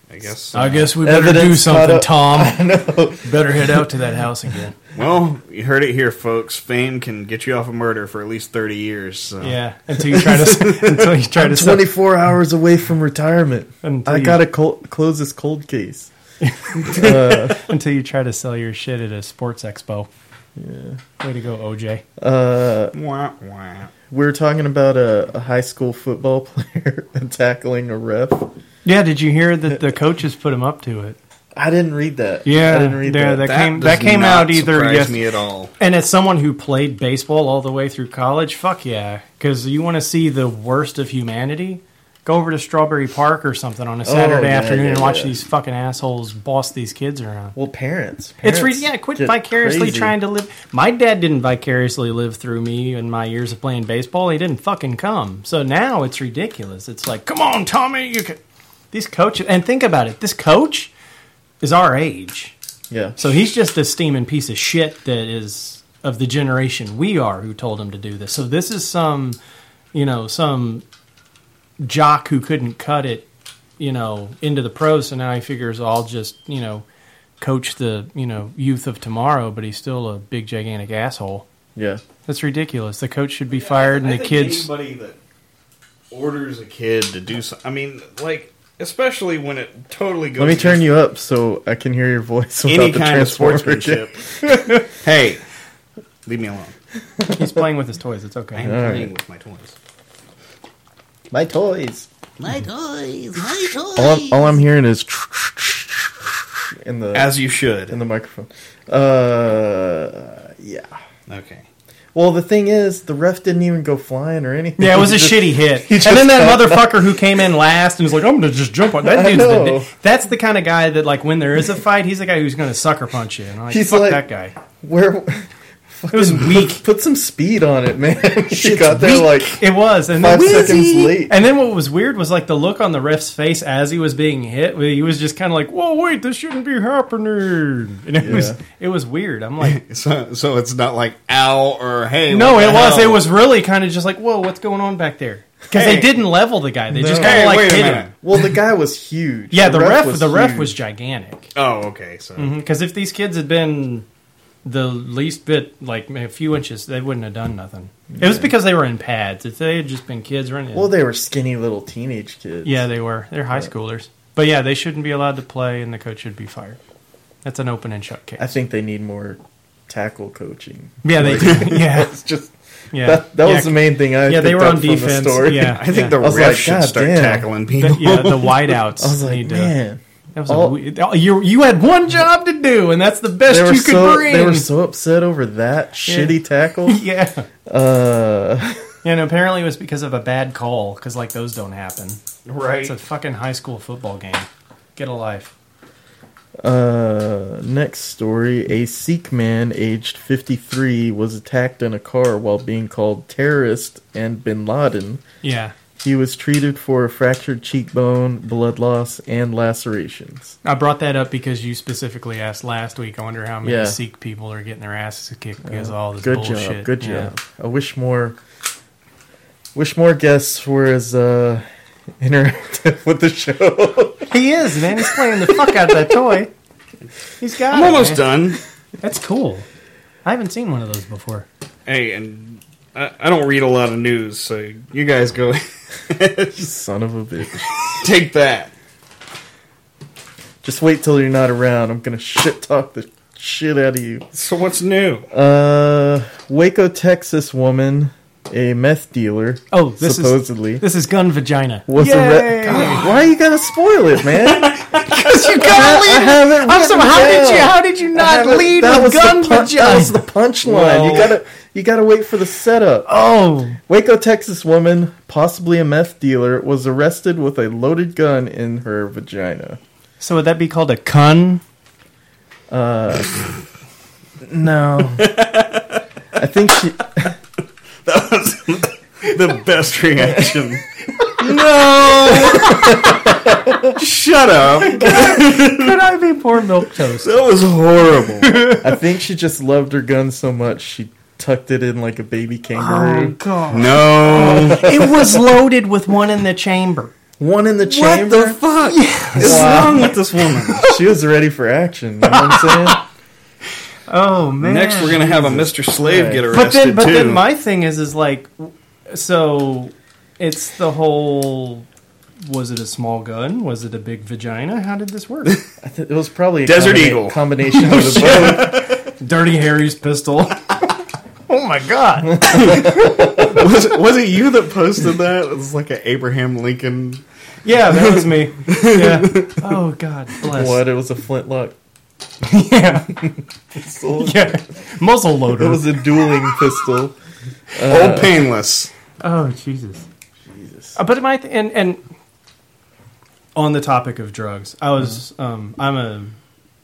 Speaker 3: I guess. uh,
Speaker 4: I guess we
Speaker 2: better
Speaker 4: better
Speaker 2: do
Speaker 4: do
Speaker 2: Evidence caught
Speaker 4: something,
Speaker 2: up.
Speaker 4: Tom.
Speaker 2: no.
Speaker 4: Better head out to that house again.
Speaker 3: Well, you heard it here, folks. Fame can get you off of murder for at least thirty years. So.
Speaker 4: Yeah, until you try to until you try to sell-
Speaker 2: 24 hours away from retirement.
Speaker 4: Until
Speaker 2: I
Speaker 4: you-
Speaker 2: gotta col- close this cold case.
Speaker 4: until you try to sell your shit at a sports expo. Yeah, way to go, OJ.
Speaker 3: Wah, wah.
Speaker 2: We were talking about a, a high school football player and tackling a ref.
Speaker 4: Yeah, did you hear that the coaches put him up to it?
Speaker 2: I didn't read that.
Speaker 4: Yeah,
Speaker 2: I didn't read
Speaker 4: yeah,
Speaker 2: that.
Speaker 4: that came-
Speaker 3: does
Speaker 4: came
Speaker 3: not
Speaker 4: out either
Speaker 3: surprise
Speaker 4: yes-
Speaker 3: me at all.
Speaker 4: And as someone who played baseball all the way through college, fuck yeah, because you want to see the worst of humanity. Go over to Strawberry Park or something on a
Speaker 2: Oh,
Speaker 4: Saturday
Speaker 2: yeah,
Speaker 4: afternoon
Speaker 2: yeah,
Speaker 4: and watch
Speaker 2: yeah.
Speaker 4: these fucking assholes boss these kids around.
Speaker 2: Well, parents.
Speaker 4: It's re-
Speaker 2: parents
Speaker 4: yeah, quit
Speaker 2: get
Speaker 4: vicariously
Speaker 2: crazy.
Speaker 4: trying to live. My dad didn't vicariously live through me in my years of playing baseball. He didn't fucking come. So now it's ridiculous. It's like, come on, Tommy, you can. These coaches, and think about it. This coach is our age,
Speaker 2: Yeah.
Speaker 4: so he's just a steaming piece of shit that is of the generation we are who told him to do this. So this is some, you know, some jock who couldn't cut it, you know, into the pros. So now he figures I'll just, you know, coach the, you know, youth of tomorrow, but he's still a big gigantic asshole.
Speaker 2: Yeah.
Speaker 4: That's ridiculous. The coach should be fired and the kids
Speaker 3: Anybody that orders a kid to do something. I mean, like, especially when it totally goes.
Speaker 2: Let me turn you up so I can hear your voice without
Speaker 3: any
Speaker 2: the
Speaker 3: kind of
Speaker 2: transformer.
Speaker 3: sportsmanship. hey, leave me alone.
Speaker 4: he's playing with his toys. It's
Speaker 3: I
Speaker 4: okay.
Speaker 3: am
Speaker 2: All
Speaker 3: playing
Speaker 2: right.
Speaker 3: with my toys.
Speaker 2: My toys.
Speaker 3: My toys, my
Speaker 2: All
Speaker 3: toys.
Speaker 2: I'm, all I'm hearing is in the
Speaker 3: As you should.
Speaker 2: in the microphone. Uh, yeah.
Speaker 3: okay.
Speaker 2: Well, the thing is, the ref didn't even go flying or anything.
Speaker 4: Yeah, it was
Speaker 2: He
Speaker 4: a
Speaker 2: just-
Speaker 4: shitty hit.
Speaker 2: he
Speaker 4: And
Speaker 2: just
Speaker 4: then that motherfucker who came in last and was like, "I'm gonna just jump on that
Speaker 2: I
Speaker 4: dude's." The,
Speaker 2: know.
Speaker 4: di- that's the kind of guy that, like, when there is a fight, he's the guy who's gonna sucker punch you. And I'm like,
Speaker 2: He's
Speaker 4: fuck
Speaker 2: like-
Speaker 4: that guy.
Speaker 2: Where
Speaker 4: It was weak.
Speaker 2: put some speed on it, man. she got there like
Speaker 4: It was, and
Speaker 2: five
Speaker 4: then
Speaker 2: seconds late.
Speaker 4: And then what was weird was like the look on the ref's face as he was being hit. He was just kind of like, "Whoa, wait, this shouldn't be happening." And it was
Speaker 2: Yeah.
Speaker 4: it was weird. I'm like,
Speaker 3: So, so it's not like ow or hey.
Speaker 4: no,
Speaker 3: what
Speaker 4: it
Speaker 3: the
Speaker 4: was.
Speaker 3: hell?
Speaker 4: It was really kind of just like, "Whoa, what's going on back there?" Because
Speaker 3: Hey.
Speaker 4: they didn't level the guy. They just
Speaker 2: No.
Speaker 4: kind of
Speaker 3: Hey,
Speaker 4: like
Speaker 3: wait a
Speaker 4: hit
Speaker 3: minute.
Speaker 4: him.
Speaker 2: well, the guy was huge.
Speaker 4: Yeah, the ref, the ref
Speaker 2: huge.
Speaker 4: was gigantic.
Speaker 3: Oh, okay. So
Speaker 4: Because Mm-hmm. if these kids had been the least bit, like a few inches, they wouldn't have done nothing. It was because they were in pads. If they had just been kids running,
Speaker 2: Well, they were skinny little teenage kids.
Speaker 4: yeah, they were. They're high schoolers. But yeah, they shouldn't be allowed to play, and the coach should be fired. That's an open and shut case.
Speaker 2: I think they need more tackle coaching.
Speaker 4: yeah, they do. Yeah,
Speaker 2: It's just
Speaker 4: yeah.
Speaker 2: that, that
Speaker 4: yeah.
Speaker 2: was the main thing. I
Speaker 4: Yeah, they
Speaker 2: picked
Speaker 4: were
Speaker 2: up
Speaker 4: on
Speaker 2: from the
Speaker 4: defense.
Speaker 2: story.
Speaker 4: Yeah.
Speaker 3: I think
Speaker 4: Yeah.
Speaker 3: the
Speaker 2: I was
Speaker 3: refs
Speaker 2: like,
Speaker 3: should
Speaker 2: "God
Speaker 3: start
Speaker 2: damn."
Speaker 3: tackling
Speaker 4: The,
Speaker 3: people.
Speaker 4: yeah, the wideouts.
Speaker 2: I was like,
Speaker 4: need to-
Speaker 2: man,
Speaker 4: that was a
Speaker 2: all-
Speaker 4: weird- oh, you you had one job to do, and that's the best
Speaker 2: they were
Speaker 4: you could
Speaker 2: so
Speaker 4: bring.
Speaker 2: they were so upset over that shitty tackle.
Speaker 4: yeah.
Speaker 2: Uh,
Speaker 4: Yeah, and apparently it was because of a bad call, because like those don't happen.
Speaker 3: right.
Speaker 4: It's a fucking high school football game. Get a life.
Speaker 2: uh, next story: A Sikh man aged 53 was attacked in a car while being called terrorist and Bin Laden.
Speaker 4: Yeah,
Speaker 2: He was treated for a fractured cheekbone, blood loss, and lacerations.
Speaker 4: I brought that up because you specifically asked last week. I wonder how many
Speaker 2: Yeah.
Speaker 4: Sikh people are getting their asses kicked because of all this
Speaker 2: Good
Speaker 4: bullshit.
Speaker 2: job, good
Speaker 4: Yeah.
Speaker 2: job. I wish more, wish more guests were as uh, interactive with the show.
Speaker 4: He is man. He's playing the fuck out of that toy. He's got.
Speaker 3: I'm
Speaker 4: it,
Speaker 3: almost
Speaker 4: man.
Speaker 3: done.
Speaker 4: That's cool. I haven't seen one of those before.
Speaker 3: Hey, and I, I don't read a lot of news, so you guys go
Speaker 2: Son of a bitch.
Speaker 3: take that.
Speaker 2: Just wait till you're not around. I'm gonna shit talk the shit out of you.
Speaker 3: So what's new?
Speaker 2: Uh, Waco, Texas woman, a meth dealer,
Speaker 4: Oh, this
Speaker 2: supposedly,
Speaker 4: is this is gun vagina.
Speaker 2: was
Speaker 4: Yay!
Speaker 2: arrested. Why you gotta spoil it, man? I,
Speaker 4: you got
Speaker 2: I haven't.
Speaker 4: I'm so
Speaker 2: written
Speaker 4: how did
Speaker 2: down.
Speaker 4: you how did you
Speaker 2: I
Speaker 4: not
Speaker 2: haven't-
Speaker 4: lead
Speaker 2: that
Speaker 4: with
Speaker 2: was the
Speaker 4: gun
Speaker 2: pun- That was the
Speaker 4: vagina?
Speaker 2: punchline.
Speaker 3: Well-
Speaker 2: You gotta, you gotta wait for the setup.
Speaker 4: Oh,
Speaker 2: Waco, Texas woman, possibly a meth dealer, was arrested with a loaded gun in her vagina.
Speaker 4: so would that be called a cun?
Speaker 2: No. I think she.
Speaker 3: That was the best reaction.
Speaker 4: No,
Speaker 3: Shut up.
Speaker 4: could I be poor milk toast?
Speaker 3: That was horrible.
Speaker 2: I think she just loved her gun so much she tucked it in like a baby
Speaker 4: Um,
Speaker 2: kangaroo.
Speaker 4: god!
Speaker 3: No.
Speaker 4: It was loaded with one in the chamber.
Speaker 2: One in the chamber.
Speaker 3: fuck is wrong with this woman?
Speaker 2: she was ready for action. You know what I'm saying?
Speaker 4: Oh man!
Speaker 3: Next, we're gonna have a Mr. Slave
Speaker 2: Christ.
Speaker 3: get arrested
Speaker 4: but then but
Speaker 3: too.
Speaker 4: then my thing is is like so it's the whole. Was it a small gun? Was it a big vagina? How did this work?
Speaker 2: I thi- it was probably a
Speaker 3: Desert
Speaker 2: combina-
Speaker 3: Eagle. Oh,
Speaker 2: combination of the both.
Speaker 4: Dirty Harry's pistol. oh my god!
Speaker 3: was, it, was it you that posted that? It was like an Abraham Lincoln.
Speaker 4: Yeah, that was me. Yeah. Oh god, bless.
Speaker 2: What? It was a flintlock.
Speaker 4: Yeah,
Speaker 2: Pistol.
Speaker 4: yeah. Muzzle loader.
Speaker 2: It was a dueling pistol.
Speaker 3: Old Painless.
Speaker 4: Oh Jesus! Uh, but Uh, my th- and and on the topic of drugs, I was
Speaker 2: Mm-hmm.
Speaker 4: um, I'm a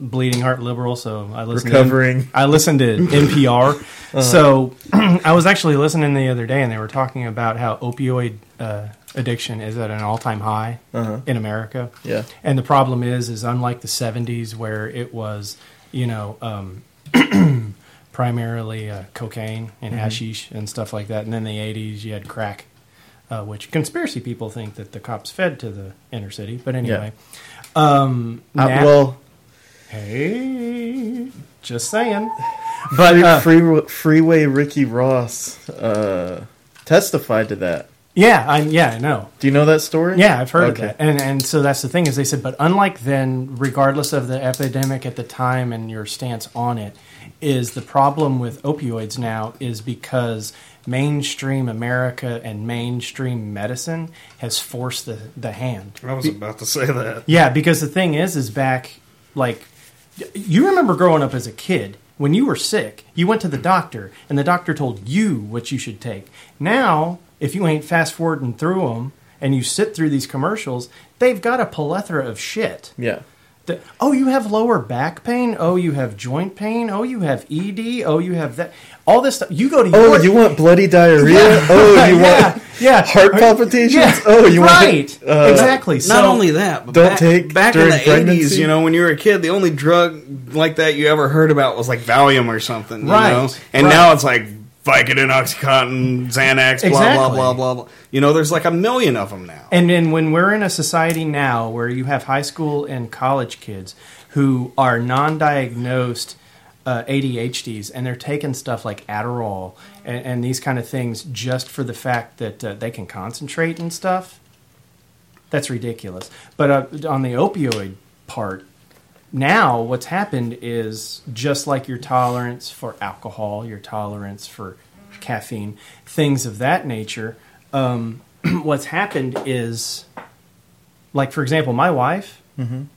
Speaker 4: bleeding heart liberal, so I listen To,
Speaker 2: Recovering. Uh-huh.
Speaker 4: I listened to NPR. So I was actually listening the other day, and they were talking about how opioid uh, addiction is at an all time high
Speaker 2: Uh-huh.
Speaker 4: in America.
Speaker 2: Yeah.
Speaker 4: And the problem is, is unlike the '70s where it was, you know, um, primarily uh, cocaine and
Speaker 2: Mm-hmm.
Speaker 4: hashish and stuff like that, and then the '80s you had crack, uh, which conspiracy people think that the cops fed to the inner city. But anyway, um,
Speaker 2: Uh,
Speaker 4: na-
Speaker 2: well,
Speaker 4: hey, just saying.
Speaker 2: free,
Speaker 4: But uh,
Speaker 2: free, freeway Ricky Ross uh, testified to that.
Speaker 4: yeah, I, yeah, I know.
Speaker 2: Do you know that story?
Speaker 4: Yeah, I've heard
Speaker 2: Okay.
Speaker 4: of that. And and so that's the thing is they said, but unlike then, regardless of the epidemic at the time and your stance on it, is the problem with opioids now is because mainstream America and mainstream medicine has forced the, the hand.
Speaker 3: I was about to say that.
Speaker 4: Yeah, because the thing is, is back like you remember growing up as a kid when you were sick, you went to the doctor and the doctor told you what you should take. Now, if you ain't fast forwarding through them and you sit through these commercials, they've got a plethora of shit.
Speaker 2: Yeah.
Speaker 4: The- oh, you have lower back pain. Oh, you have joint pain. Oh, you have ED. Oh, you have that. All this stuff. You go to
Speaker 2: Oh,
Speaker 4: your-
Speaker 2: you want bloody diarrhea? Oh, you
Speaker 4: yeah,
Speaker 2: want
Speaker 4: yeah.
Speaker 2: heart palpitations?
Speaker 4: Yeah,
Speaker 2: Oh, you
Speaker 4: right.
Speaker 2: want uh,
Speaker 4: exactly.
Speaker 3: Not
Speaker 4: So-
Speaker 3: only that, but
Speaker 2: Don't
Speaker 3: back,
Speaker 2: take
Speaker 3: back in
Speaker 2: during
Speaker 3: the eighties.
Speaker 2: pregnancy?
Speaker 3: You know, when you were a kid, the only drug like that you ever heard about was like Valium or something. you
Speaker 4: Right,
Speaker 3: know? And
Speaker 4: right.
Speaker 3: now it's like Vicodin, OxyContin, Xanax, blah blah
Speaker 4: Exactly.
Speaker 3: blah blah blah. You know, there's like a million of them now.
Speaker 4: And then when we're in a society now where you have high school and college kids who are non-diagnosed uh, ADHDs and they're taking stuff like Adderall and, and these kind of things just for the fact that uh, they can concentrate and stuff, that's ridiculous. But uh, on the opioid part, now what's happened is just like your tolerance for alcohol, your tolerance for caffeine, things of that nature. Um, what's happened is, like for example, my wife,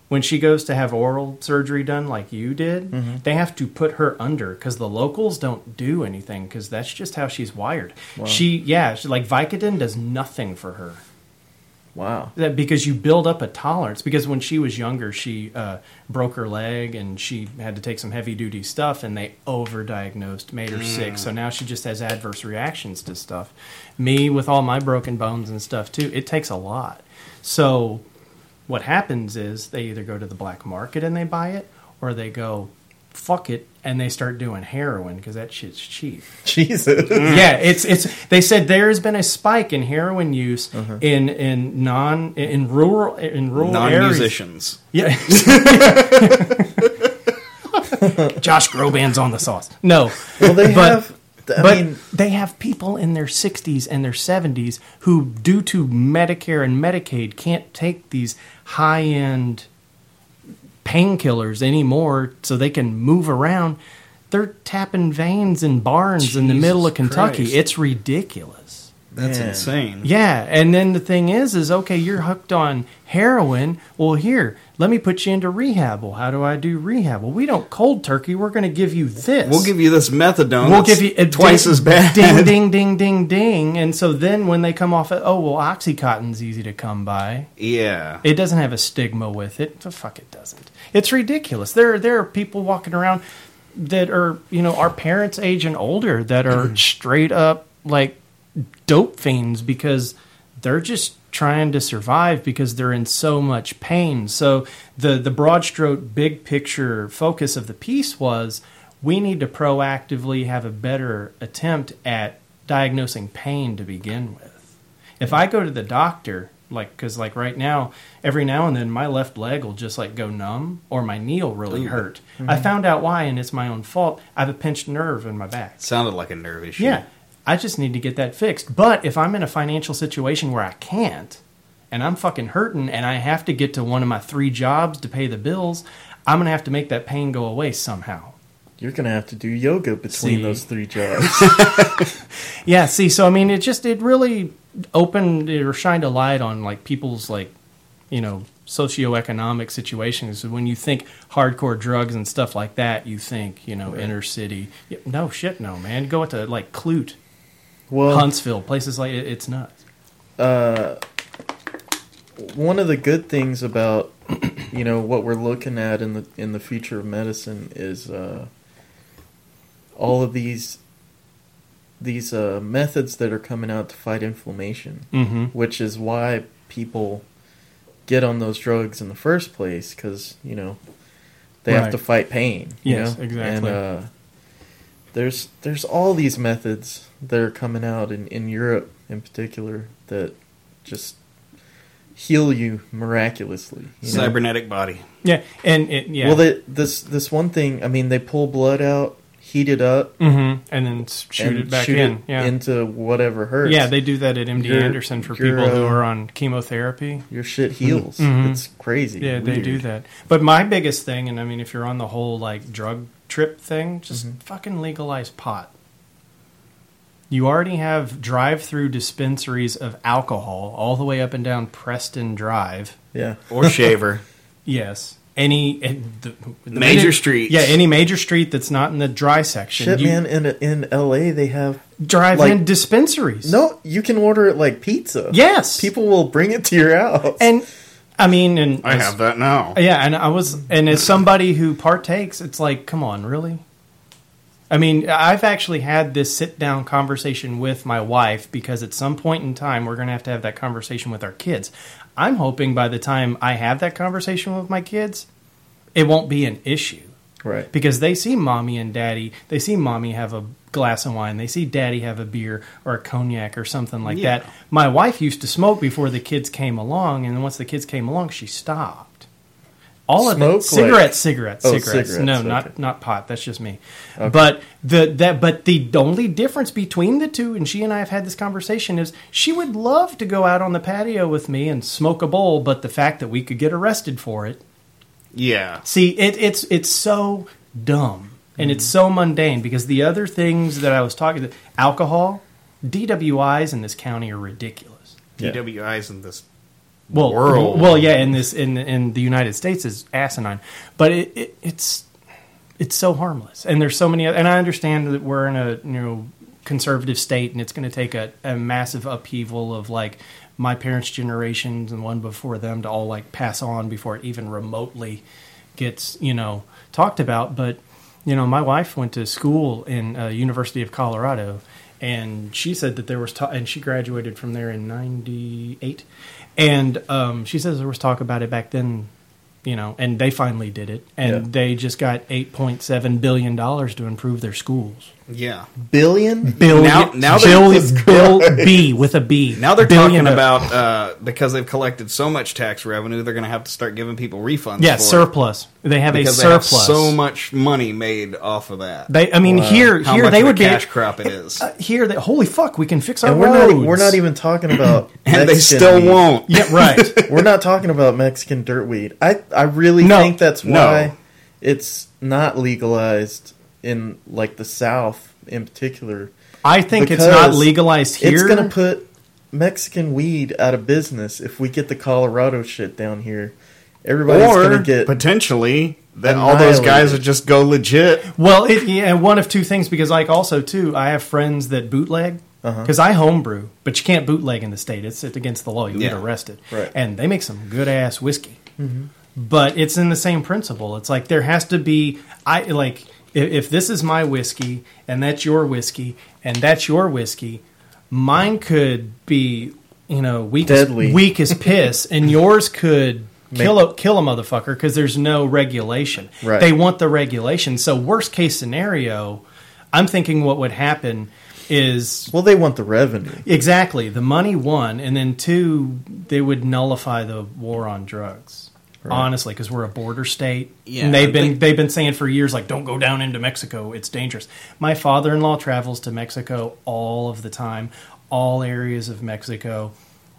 Speaker 4: when she goes to have oral surgery done, like you did, they have to put her under because the locals don't do anything because that's just how she's wired. She, yeah, she, like Vicodin does nothing for her
Speaker 2: Wow.
Speaker 4: that because you build up a tolerance because when she was younger she uh, broke her leg and she had to take some heavy duty stuff and they overdiagnosed made her sick so now she just has adverse reactions to stuff me with all my broken bones and stuff too it takes a lot so what happens is they either go to the black market and they buy it or they go fuck it and they start doing heroin because that shit's cheap
Speaker 2: Jesus.
Speaker 4: yeah, it's it's. They said there has been a spike in heroin use in in non in rural in rural areas.
Speaker 3: Non-musicians.
Speaker 4: Yeah. Josh Groban's on the sauce. No,
Speaker 2: Well, they
Speaker 4: But-
Speaker 2: have. I
Speaker 4: but
Speaker 2: mean,
Speaker 4: they have people in their 60s and their 70s who, due to Medicare and Medicaid, can't take these high end painkillers anymore so they can move around. They're tapping veins in barns in the
Speaker 3: Jesus
Speaker 4: middle of Kentucky.
Speaker 3: Christ.
Speaker 4: It's ridiculous.
Speaker 3: That's
Speaker 2: Man.
Speaker 3: insane.
Speaker 4: Yeah, and then the thing is, is okay, you're hooked on heroin. Well, here, let me put you into rehab. Well, how do I do rehab? Well, we don't cold turkey. We're going to give you this.
Speaker 3: We'll give you this methadone.
Speaker 4: We'll
Speaker 3: that's
Speaker 4: give you a
Speaker 3: twice
Speaker 4: ding-
Speaker 3: as bad.
Speaker 4: Ding, ding, ding, ding, ding. And so then when they come off, oh well, OxyContin's easy to come by.
Speaker 3: Yeah.
Speaker 4: It doesn't have a stigma with it. The fuck, it doesn't. It's ridiculous. There, there are people walking around that are you know our parents' age and older that are straight up like dope fiends because they're just trying to survive because they're in so much pain. So the the broad stroke, big picture focus of the piece was we need to proactively have a better attempt at diagnosing pain to begin with. If I go to the doctor, like, because like right now, every now and then my left leg will just like go numb or my knee will really hurt. I found out why, and it's my own fault. I have a pinched nerve in my back.
Speaker 3: Sounded like a nerve issue.
Speaker 4: Yeah, I just need to get that fixed. But if I'm in a financial situation where I can't, and I'm fucking hurting, and I have to get to one of my three jobs to pay the bills, I'm gonna have to make that pain go away somehow.
Speaker 2: you're gonna have to do yoga between
Speaker 4: See.
Speaker 2: those three jobs.
Speaker 4: Yeah, see, so I mean, it just it really opened or shined a light on like people's like you know socioeconomic situations. When you think hardcore drugs and stuff like that, you think you know inner city. Yeah, No shit, no man. Go into like Clute,
Speaker 2: Well,
Speaker 4: Huntsville, places like it, it's nuts.
Speaker 2: one of the good things about you know what we're looking at in the in the future of medicine is uh, all of these these uh, methods that are coming out to fight inflammation,
Speaker 4: Mm-hmm.
Speaker 2: which is why people get on those drugs in the first place because you know they have
Speaker 4: Right.
Speaker 2: to fight pain. you
Speaker 4: Yes,
Speaker 2: know?
Speaker 4: exactly.
Speaker 2: And uh, there's there's all these methods that are coming out in in Europe in particular that just heal you miraculously. you know?
Speaker 3: Cybernetic body.
Speaker 4: Yeah, and it, yeah.
Speaker 2: Well, they, this this one thing. I mean, they pull blood out, heat it up,
Speaker 4: mm-hmm. and then s- shoot
Speaker 2: and
Speaker 4: it back
Speaker 2: shoot
Speaker 4: in.
Speaker 2: it
Speaker 4: yeah,
Speaker 2: into whatever hurts.
Speaker 4: yeah. They do that at MD
Speaker 2: Your-
Speaker 4: Anderson for
Speaker 2: your,
Speaker 4: people who
Speaker 2: uh,
Speaker 4: are on chemotherapy.
Speaker 2: your shit heals.
Speaker 4: Mhm.
Speaker 2: It's crazy.
Speaker 4: Yeah, they do
Speaker 2: Weird.
Speaker 4: that. But my biggest thing, and I mean, if you're on the whole like drug trip thing, just
Speaker 2: Mm-hmm.
Speaker 4: fucking legalize pot. You already have drive-through dispensaries of alcohol all the way up and down Preston Drive.
Speaker 2: Yeah.
Speaker 3: Or shaver.
Speaker 4: Yes. Any and the, the
Speaker 3: Major
Speaker 4: minute-
Speaker 3: streets.
Speaker 4: Yeah, any major street that's not in the dry section.
Speaker 2: Shit,
Speaker 4: you
Speaker 2: man. In in L.A., they have
Speaker 4: drive in
Speaker 2: like-
Speaker 4: dispensaries.
Speaker 2: no. You can order it like pizza.
Speaker 4: Yes.
Speaker 2: people will bring it to your house.
Speaker 4: And I mean and
Speaker 3: I have that now.
Speaker 4: Yeah, and I was, and as somebody who partakes, it's like, come on, really? I mean, I've actually had this sit down conversation with my wife because at some point in time, we're going to have to have that conversation with our kids. I'm hoping by the time I have that conversation with my kids, it won't be an issue
Speaker 2: right.
Speaker 4: because they see mommy and daddy, they see mommy have a glass of wine, they see daddy have a beer or a cognac or something like
Speaker 3: Yeah.
Speaker 4: that. My wife used to smoke before the kids came along, and then once the kids came along, she stopped. All of
Speaker 2: Smoke,
Speaker 4: it,
Speaker 2: like-
Speaker 4: cigarettes, cigarettes,
Speaker 2: Oh,
Speaker 4: cigarettes.
Speaker 2: cigarettes,
Speaker 4: No,
Speaker 2: okay.
Speaker 4: not not pot. That's just me. But the that but the only difference between the two, and she and I have had this conversation, is she would love to go out on the patio with me and smoke a bowl, but the fact that we could get arrested for it
Speaker 3: Yeah.
Speaker 4: See, it, it's it's so dumb and it's so mundane because the other things that I was talking alcohol, DWIs in this county are ridiculous.
Speaker 2: Yeah.
Speaker 3: DWIs in this
Speaker 4: Well,
Speaker 3: world.
Speaker 4: well, yeah, in this in in the United States is asinine, but it, it it's it's so harmless, and there's so many. oth- And I understand that we're in a you know conservative state, and it's going to take a, a massive upheaval of like my parents' generations and one before them to all like pass on before it even remotely gets you know talked about. But you know, my wife went to school in uh, University of Colorado, and she said that there was ta- and she graduated from there in '98, and um, she says there was talk about it back then you know, and they finally did it, and
Speaker 2: Yeah.
Speaker 4: they just got eight point seven billion dollars to improve their schools.
Speaker 3: Yeah.
Speaker 2: Billion.
Speaker 4: Billion,
Speaker 3: Now- now they're-
Speaker 4: billion, bill, B with a B.
Speaker 3: Now they're
Speaker 4: Billion
Speaker 3: talking
Speaker 4: of-
Speaker 3: about uh, because they've collected so much tax revenue, they're going to have to start giving people refunds.
Speaker 4: yeah
Speaker 3: for it
Speaker 4: surplus. They have
Speaker 3: because
Speaker 4: a
Speaker 3: they have
Speaker 4: surplus.
Speaker 3: so much money made off of that.
Speaker 4: They, I mean, here,
Speaker 3: How
Speaker 4: here
Speaker 3: much
Speaker 4: they
Speaker 3: of a
Speaker 4: would
Speaker 3: cash
Speaker 4: be
Speaker 3: crop it is,
Speaker 4: uh, here. That holy fuck, we can fix our
Speaker 2: And we're
Speaker 4: roads.
Speaker 2: not. e-, We're not even talking about.
Speaker 3: and they
Speaker 2: Mexican
Speaker 3: still
Speaker 2: weed.
Speaker 3: won't.
Speaker 4: Yeah, right.
Speaker 2: We're not talking about Mexican dirt weed. I I really
Speaker 4: No.
Speaker 2: think that's
Speaker 3: No.
Speaker 2: why it's not legalized in like the South in particular.
Speaker 4: I think it's not
Speaker 2: Because
Speaker 4: legalized here.
Speaker 2: It's gonna put Mexican weed out of business if we get the Colorado shit down here. Everybody's
Speaker 3: or
Speaker 2: gonna get
Speaker 3: potentially that all those
Speaker 2: annihilated.
Speaker 3: guys would just go legit.
Speaker 4: Well, it, yeah, and one of two things because, like, also too, I have friends that bootleg
Speaker 2: Uh-huh.
Speaker 4: because I homebrew, but you can't bootleg in the state; it's, it's against the law. You will get
Speaker 3: Yeah.
Speaker 4: arrested,
Speaker 2: Right. Mm-hmm.
Speaker 4: and they make some good ass whiskey. But it's in the same principle. It's like there has to be, I like, if, if this is my whiskey and that's your whiskey and that's your whiskey, mine could be, you know, weak
Speaker 2: Deadly.
Speaker 4: as weak as piss, and yours could. Kill a, kill a motherfucker because there's no regulation.
Speaker 2: Right.
Speaker 4: They want the regulation. So worst case scenario, I'm thinking what would happen is
Speaker 2: well. They want the revenue.
Speaker 4: exactly the money one, and then two, they would nullify the war on drugs. Honestly, because we're a border state,
Speaker 3: Yeah,
Speaker 4: and they've
Speaker 3: I
Speaker 4: been
Speaker 3: think-
Speaker 4: they've been saying for years like, "Don't go down into Mexico; it's dangerous." My father-in-law travels to Mexico all of the time, all areas of Mexico.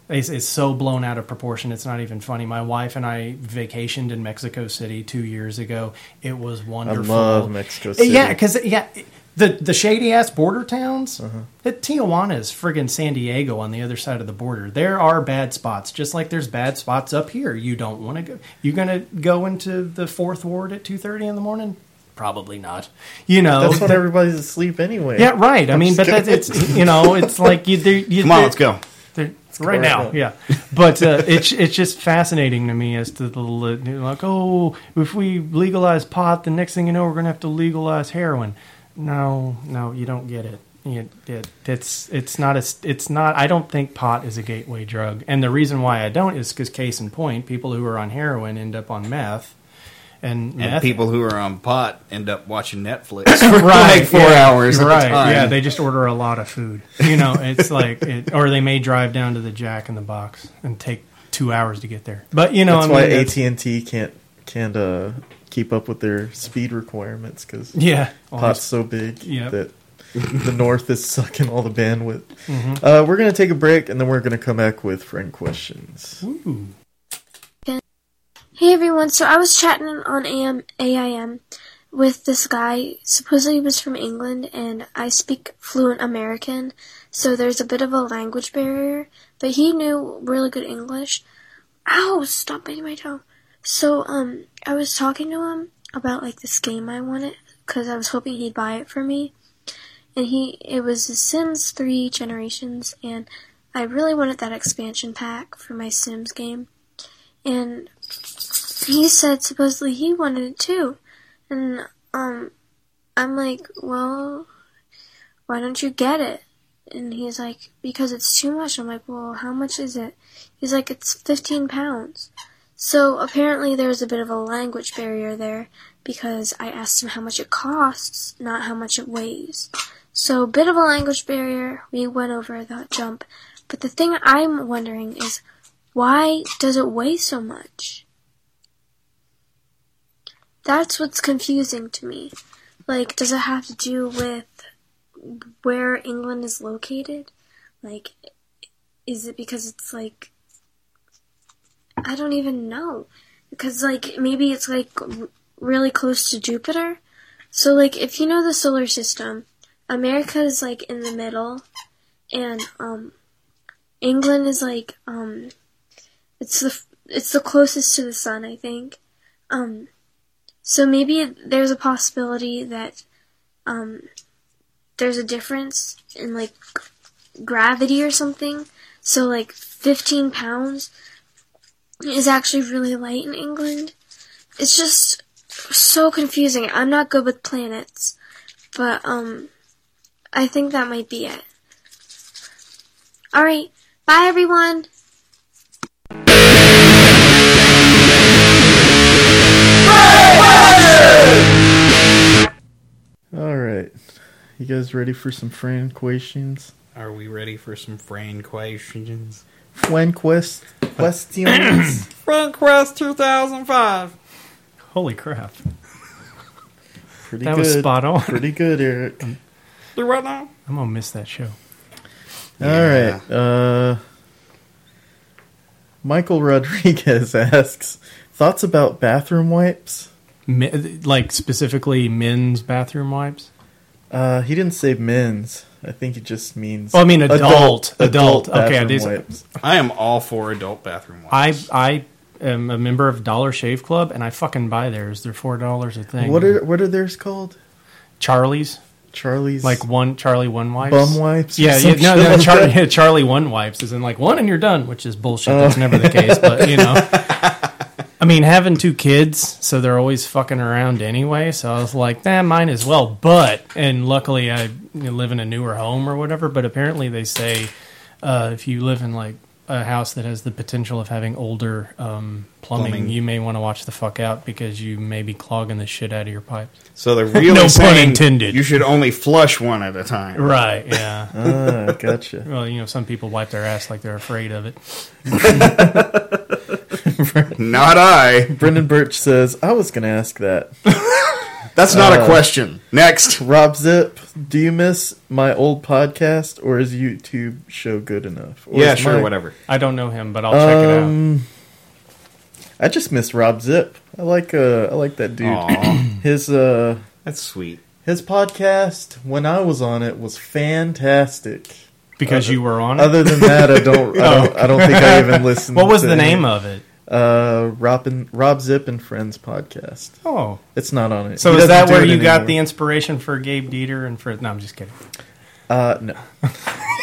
Speaker 4: It's, it's so blown out of proportion; it's not even funny. My wife and I vacationed in Mexico City two years ago. It was wonderful.
Speaker 2: love Mexico City.
Speaker 4: Yeah, because yeah, the the shady ass border towns. That Tijuana is friggin' San Diego on the other side of the border. There are bad spots, just like there's bad spots up here. You don't want to go. You're gonna go into the fourth ward at two thirty in the morning? Probably not. You know.
Speaker 2: That's what everybody's asleep anyway.
Speaker 4: yeah, right. I mean, but that's, it's you know, it's like you. There, you
Speaker 3: Come on,
Speaker 4: there-
Speaker 3: let's go.
Speaker 4: there- right now.
Speaker 2: Correct.
Speaker 4: Yeah, but uh, it's it's just fascinating to me as to the li- like oh if we legalize pot, the next thing you know we're gonna have to legalize heroin. No, no, you don't get it. It, it it's it's not a, it's not I don't think pot is a gateway drug, and the reason why I don't is because case in point, people who are on heroin end up on meth, and,
Speaker 3: And
Speaker 4: meth
Speaker 3: people who are on pot end up watching Netflix for like four
Speaker 4: yeah,
Speaker 3: hours at a
Speaker 4: Right.
Speaker 3: time.
Speaker 4: Yeah, they just order a lot of food. You know, it's like, it, or they may drive down to the Jack in the Box and take two hours to get there. But you know,
Speaker 2: That's
Speaker 4: I mean,
Speaker 2: why
Speaker 4: that's-
Speaker 2: AT and T can't can't uh, keep up with their speed requirements because
Speaker 4: Yeah.
Speaker 2: pot's so big
Speaker 4: Yep.
Speaker 2: that the North is sucking all the bandwidth.
Speaker 4: Mm-hmm.
Speaker 2: Uh, we're gonna take a break and then we're gonna come back with friend questions.
Speaker 4: Ooh.
Speaker 6: Hey everyone, so I was chatting on AM, AIM with this guy. Supposedly he was from England, and I speak fluent American, so there's a bit of a language barrier, but he knew really good English. Ow, stop biting my toe. So, um, I was talking to him about, like, this game I wanted, because I was hoping he'd buy it for me. And he, it was The Sims 3 Generations, and I really wanted that expansion pack for my Sims game. And he said supposedly he wanted it too. And um I'm like, Well why don't you get it? And he's like, Because it's too much. I'm like, Well, how much is it? He's like, It's fifteen pounds. So apparently there was a bit of a language barrier there because I asked him how much it costs, not how much it weighs. So bit of a language barrier, we went over that jump. But the thing I'm wondering is why does it weigh so much? That's what's confusing to me. Like, does it have to do with where England is located? Like, is it because it's like. I don't even know. Because, like, maybe it's like r- really close to Jupiter. So, like, if you know the solar system, America is like in the middle, and, um, England is like, um, it's the, f- it's the closest to the sun, I think. Um, so maybe there's a possibility that um, there's a difference in like gravity or something. So like 15 pounds is actually really light in England. It's just so confusing. I'm not good with planets, but um, I think that might be it. All right, bye everyone.
Speaker 2: All right, you guys ready for some friend questions?
Speaker 3: Are we ready for some friend questions?
Speaker 2: Friend quest questions.
Speaker 3: Friend Quest 2005.
Speaker 4: Holy crap.
Speaker 2: Pretty
Speaker 4: That
Speaker 2: good.
Speaker 4: was spot on.
Speaker 2: Pretty good, Eric.
Speaker 3: Do what now?
Speaker 4: I'm going to miss that show.
Speaker 2: All right. Uh, Michael Rodriguez asks thoughts about bathroom wipes.
Speaker 4: Me- like, specifically men's bathroom wipes?
Speaker 2: Uh, he didn't say men's. I think he just means.
Speaker 4: Oh, I mean adult. Adult. Okay, I
Speaker 2: bathroom
Speaker 4: did-
Speaker 2: wipes.
Speaker 3: I am all for adult bathroom
Speaker 4: I,
Speaker 3: wipes.
Speaker 4: I am a member of Dollar Shave Club, and I fucking buy theirs. They're $4 a thing.
Speaker 2: What are what are theirs called?
Speaker 4: Charlie's?
Speaker 2: Charlie's
Speaker 4: Like one Charlie one wipes?
Speaker 2: bum wipes. or
Speaker 4: Yeah, yeah,
Speaker 2: some
Speaker 4: no,
Speaker 2: shit
Speaker 4: no
Speaker 2: like
Speaker 4: Charlie,
Speaker 2: that?
Speaker 4: yeah, Charlie one wipes is in like one and you're done, which is bullshit. That's never the case, but you know. I mean, having two kids, so they're always fucking around anyway. So I was like, nah, mine as well. But and luckily, I live in a newer home or whatever. But apparently, they say uh, if you live in like a house that has the potential of having older um, plumbing,
Speaker 3: Plumbing.
Speaker 4: you may want to watch the fuck out because you may be clogging the shit out of your pipes.
Speaker 3: so they're really
Speaker 4: No pun
Speaker 3: saying
Speaker 4: intended.
Speaker 3: you should only flush one at a time.
Speaker 4: Right? Yeah.
Speaker 2: Ah, gotcha.
Speaker 4: well, you know, some people wipe their ass like they're afraid of it.
Speaker 3: Not I.
Speaker 2: Brendan Birch says I was gonna ask that.
Speaker 3: That's not
Speaker 4: Uh,
Speaker 3: a question. Next.
Speaker 2: Rob Zip, do you miss my old podcast or is YouTube show good enough? Or
Speaker 3: Yeah,
Speaker 2: is
Speaker 3: sure,
Speaker 2: my-
Speaker 3: whatever.
Speaker 4: I don't know him, but I'll check it out.
Speaker 2: Um, I just miss Rob Zip. I like uh, I like that dude.
Speaker 3: Aw,
Speaker 2: His uh,
Speaker 3: that's sweet.
Speaker 2: his podcast when I was on it was fantastic.
Speaker 4: Because you were on it.
Speaker 2: Other than that, I don't I don't, I don't think I even listened.
Speaker 4: Oh. what was
Speaker 2: to
Speaker 4: the
Speaker 2: any-
Speaker 4: name of it?
Speaker 2: Uh, Rob and Rob Zip and Friends podcast.
Speaker 4: Oh,
Speaker 2: It's not on it.
Speaker 4: so
Speaker 2: He
Speaker 4: is
Speaker 2: doesn't
Speaker 4: that
Speaker 2: do
Speaker 4: where
Speaker 2: it
Speaker 4: you got the
Speaker 2: anymore.
Speaker 4: inspiration for Gabe Dieter and for? No, I'm just kidding.
Speaker 2: Uh, no.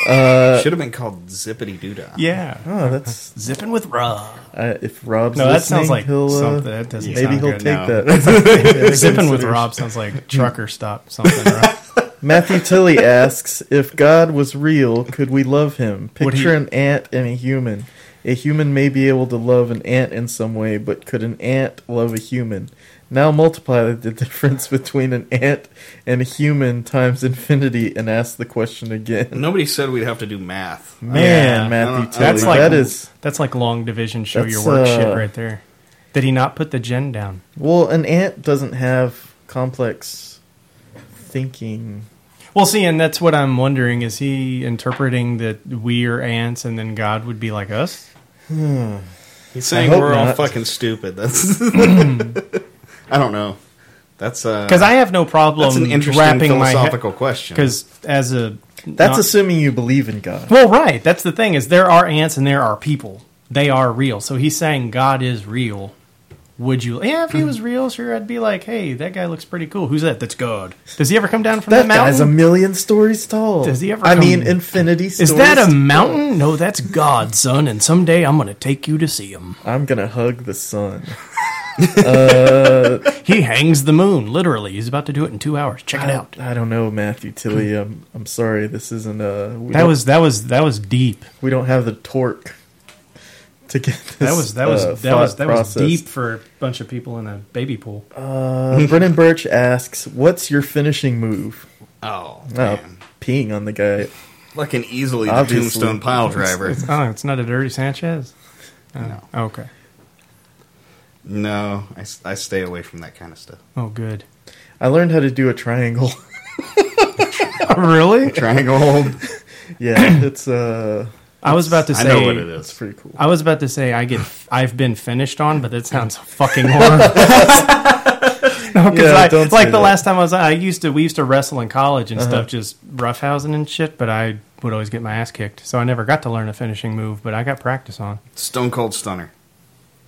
Speaker 2: Uh,
Speaker 3: Should have been called Zippity Doodah.
Speaker 4: Yeah.
Speaker 2: oh, that's
Speaker 4: Zipping with Rob.
Speaker 2: uh, if Rob's
Speaker 4: No, that
Speaker 2: listening,
Speaker 4: sounds like
Speaker 2: he'll, uh,
Speaker 4: something. That doesn't
Speaker 2: Maybe
Speaker 4: sound
Speaker 2: he'll
Speaker 4: good.
Speaker 2: take
Speaker 3: no.
Speaker 2: that.
Speaker 4: Zipping with Rob sounds like trucker stop something. Right?
Speaker 2: Matthew Tilly asks if God was real, could we love him?
Speaker 4: Would he-
Speaker 2: Picture an ant and a human. A human may be able to love an ant in some way, but could an ant love a human? Now multiply the difference between an ant and a human times infinity and ask the question again.
Speaker 3: Nobody said we'd have to do math.
Speaker 2: Man,
Speaker 4: Yeah.
Speaker 3: I
Speaker 2: Matthew
Speaker 3: don't-
Speaker 2: Tilly,
Speaker 4: That's like
Speaker 2: that is
Speaker 4: that's like long division show your
Speaker 2: That's,
Speaker 4: work shit
Speaker 2: uh,
Speaker 4: right there. Did he not put the gen down?
Speaker 2: well, an ant doesn't have complex thinking.
Speaker 4: Well, see, and that's what I'm wondering: is he interpreting that we are ants, and then God would be like us?
Speaker 3: He's saying
Speaker 2: I hope
Speaker 3: we're all
Speaker 2: not.
Speaker 3: fucking stupid. That's I don't know. That's uh
Speaker 4: Because I have no problem
Speaker 3: that's an interesting
Speaker 4: wrapping my
Speaker 3: philosophical question.
Speaker 4: Because as a
Speaker 2: That's
Speaker 4: not-
Speaker 2: assuming you believe in God.
Speaker 4: Well, right. That's the thing is there are ants and there are people. They are real. So he's saying God is real. Would you? Yeah,
Speaker 2: Hmm.
Speaker 4: if he was real, sure, I'd be like, hey, that guy looks pretty cool. Who's that? That's God. Does he ever come down from that,
Speaker 2: That guy's a
Speaker 4: mountain?
Speaker 2: million stories tall.
Speaker 4: Does he ever
Speaker 2: I
Speaker 4: come-
Speaker 2: mean, infinity stories.
Speaker 4: is that a
Speaker 2: tall.
Speaker 4: mountain? No, that's God, son. And someday I'm gonna take you to see him.
Speaker 2: I'm gonna hug the sun.
Speaker 4: He hangs the moon, literally. He's about to do it in two hours. Check it out.
Speaker 2: I don't know, Matthew Tilly. I'm I'm sorry. This isn't uh. We
Speaker 4: That
Speaker 2: don't-
Speaker 4: was that was that was deep.
Speaker 2: we don't have the torque to get this.
Speaker 4: That was that was
Speaker 2: uh,
Speaker 4: that was
Speaker 2: thought
Speaker 4: that was
Speaker 2: processed.
Speaker 4: deep for a bunch of people in a baby pool.
Speaker 2: Uh, Brennan Birch asks, "What's your finishing move?"
Speaker 3: oh,
Speaker 2: Oh,
Speaker 3: man.
Speaker 2: peeing on the guy.
Speaker 3: fucking easily the
Speaker 2: Obviously.
Speaker 3: tombstone pile driver.
Speaker 4: Oh, it's not a dirty Sanchez. Uh,
Speaker 3: No.
Speaker 4: Okay.
Speaker 3: No, I, s- I stay away from that kind of stuff.
Speaker 4: Oh, good.
Speaker 2: I learned how to do a triangle.
Speaker 4: really?
Speaker 3: Triangle hold.
Speaker 2: yeah, it's uh,
Speaker 4: I was about to
Speaker 3: I
Speaker 4: say.
Speaker 3: know what it
Speaker 2: it's
Speaker 3: is.
Speaker 2: pretty cool.
Speaker 4: I was about to say I get I've been finished on, but that sounds fucking horrible. no, because
Speaker 2: Yeah,
Speaker 4: I
Speaker 2: don't say
Speaker 4: like the
Speaker 2: that.
Speaker 4: last time I was I used to we used to wrestle in college and stuff, just roughhousing and shit. But I would always get my ass kicked, so I never got to learn a finishing move. But I got practice on.
Speaker 3: Stone Cold Stunner.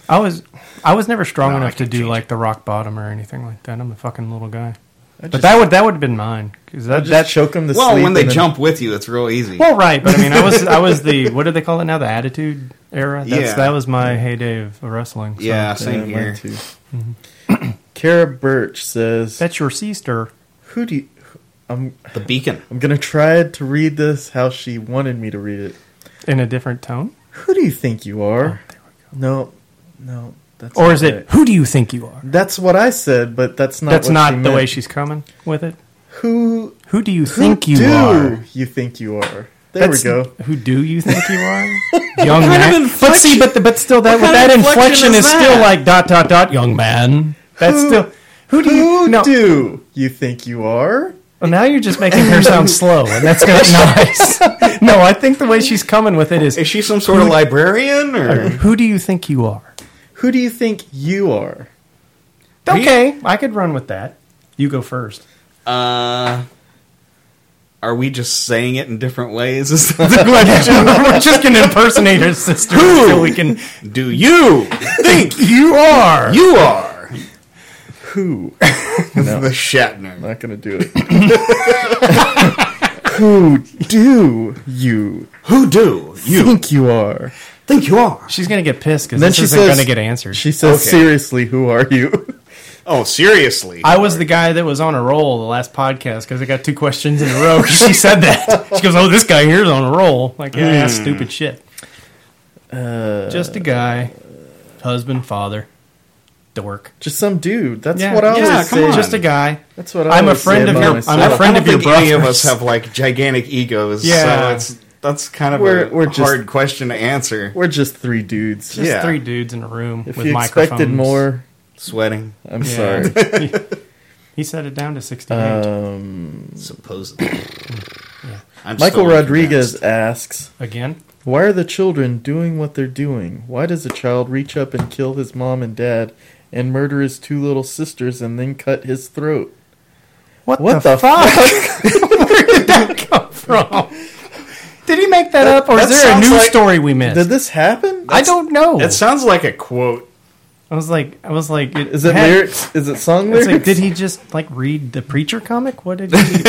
Speaker 4: I was I was never strong
Speaker 3: No, I
Speaker 4: enough to
Speaker 3: can't
Speaker 4: do
Speaker 3: change
Speaker 4: like the rock bottom or anything like that. I'm a fucking little guy.
Speaker 2: I
Speaker 4: but
Speaker 2: just-
Speaker 4: that would that would have been mine 'cause
Speaker 2: I
Speaker 4: that,
Speaker 2: just
Speaker 4: that
Speaker 2: choke him to
Speaker 3: Well,
Speaker 2: sleep.
Speaker 3: when they
Speaker 2: and then-
Speaker 3: jump with you, it's real easy.
Speaker 4: Well, right, but I mean, I was I was the what do they call it now? The attitude era. That's,
Speaker 3: Yeah.
Speaker 4: That was my heyday of wrestling. so.
Speaker 3: yeah,
Speaker 2: Yeah,
Speaker 3: same
Speaker 2: mine
Speaker 3: here.
Speaker 2: too.
Speaker 4: Mm-hmm.
Speaker 2: Kara Birch says,
Speaker 4: that's your sister.
Speaker 2: "Who do you?" I'm
Speaker 3: The beacon.
Speaker 2: I'm gonna try to read this how she wanted me to read it.
Speaker 4: In a different tone,
Speaker 2: Who do you think you are?
Speaker 4: Oh,
Speaker 2: No, no. That's
Speaker 4: or
Speaker 2: not
Speaker 4: is it
Speaker 2: right.
Speaker 4: who do you think you are?
Speaker 2: That's what I said, but that's not.
Speaker 4: That's
Speaker 2: what
Speaker 4: not
Speaker 2: she
Speaker 4: the
Speaker 2: meant.
Speaker 4: way she's coming with it.
Speaker 2: Who,
Speaker 4: Who do you
Speaker 2: who
Speaker 4: think you
Speaker 2: do
Speaker 4: are?
Speaker 2: You think you are. There
Speaker 4: That's-
Speaker 2: we go.
Speaker 4: Who do you think you are? young
Speaker 2: kind of
Speaker 4: man. but see, but the, but still, that
Speaker 2: kind
Speaker 4: that
Speaker 2: of
Speaker 4: inflection,
Speaker 2: inflection
Speaker 4: is,
Speaker 2: is
Speaker 4: still
Speaker 2: that?
Speaker 4: like dot dot dot. Young man. That's
Speaker 2: Who-
Speaker 4: still who do
Speaker 2: Who
Speaker 4: you no?
Speaker 2: do you think you are?
Speaker 4: Well, now you're just making her sound slow, and that's not nice. No, I think the way she's coming with it is
Speaker 3: Is she some sort of librarian or
Speaker 4: Who do you think you are?
Speaker 2: Who do you think you are?
Speaker 4: Okay, I could run with that. You go first.
Speaker 3: uh are we just saying it in different ways?
Speaker 4: We're just gonna impersonate her sister so we can.
Speaker 3: Do you think
Speaker 4: You are.
Speaker 3: you are
Speaker 2: Who?
Speaker 3: the Shatner?
Speaker 2: not gonna do it. Who do you
Speaker 3: Who do you
Speaker 2: think you are?
Speaker 3: think you are?
Speaker 4: She's gonna get pissed because
Speaker 2: Then
Speaker 4: this
Speaker 2: she
Speaker 4: isn't
Speaker 2: says-
Speaker 4: gonna get answered.
Speaker 2: She says,
Speaker 3: Okay.
Speaker 2: Oh, "Seriously, who are you?"
Speaker 3: Oh, seriously.
Speaker 4: I was the guy that was on a roll the last podcast because I got two questions in a row. 'cause she said that she goes, "Oh, this guy here's on a roll." Like, yeah, that's
Speaker 2: Hmm.
Speaker 4: stupid shit.
Speaker 2: Uh,
Speaker 4: just a guy, husband, father, dork.
Speaker 2: Just some dude. That's
Speaker 4: Yeah,
Speaker 2: what I
Speaker 4: yeah,
Speaker 2: always
Speaker 3: come
Speaker 2: say.
Speaker 3: on.
Speaker 4: Just a guy.
Speaker 2: That's what I
Speaker 4: I'm a
Speaker 2: always say
Speaker 4: friend of
Speaker 2: about
Speaker 4: your-
Speaker 2: myself.
Speaker 4: I'm a friend
Speaker 3: I don't
Speaker 4: of your
Speaker 3: think any of
Speaker 4: brothers.
Speaker 3: us have like gigantic egos.
Speaker 4: Yeah.
Speaker 3: so it's that's kind of
Speaker 2: We're-
Speaker 3: a
Speaker 2: we're just-
Speaker 3: hard question to answer.
Speaker 2: We're just three dudes.
Speaker 4: Just
Speaker 3: Yeah.
Speaker 4: three dudes in a room
Speaker 2: if
Speaker 4: with
Speaker 2: you
Speaker 4: microphones.
Speaker 2: expected more,
Speaker 3: Sweating,
Speaker 2: I'm
Speaker 4: Yeah.
Speaker 2: sorry.
Speaker 4: He set it down to 68.
Speaker 2: Um,
Speaker 3: supposedly. I'm
Speaker 2: Michael
Speaker 3: still
Speaker 2: Rodriguez
Speaker 3: convinced.
Speaker 2: asks,
Speaker 4: Again?
Speaker 2: "Why are the children doing what they're doing? Why does a child reach up and kill his mom and dad, and murder his two little sisters, and then cut his throat?" What the
Speaker 4: Where did that come from? Did he make that, up, or is
Speaker 3: that
Speaker 4: there a
Speaker 3: sounds
Speaker 4: news
Speaker 3: like-
Speaker 4: story we missed?
Speaker 2: Did this happen?
Speaker 4: I don't know.
Speaker 2: Oh.
Speaker 3: That sounds like a quote.
Speaker 4: I was like, I was like,
Speaker 2: Is it
Speaker 4: had-
Speaker 2: lyrics? Is it song
Speaker 4: I was
Speaker 2: lyrics?
Speaker 4: like, did he just like read the preacher comic? What did he?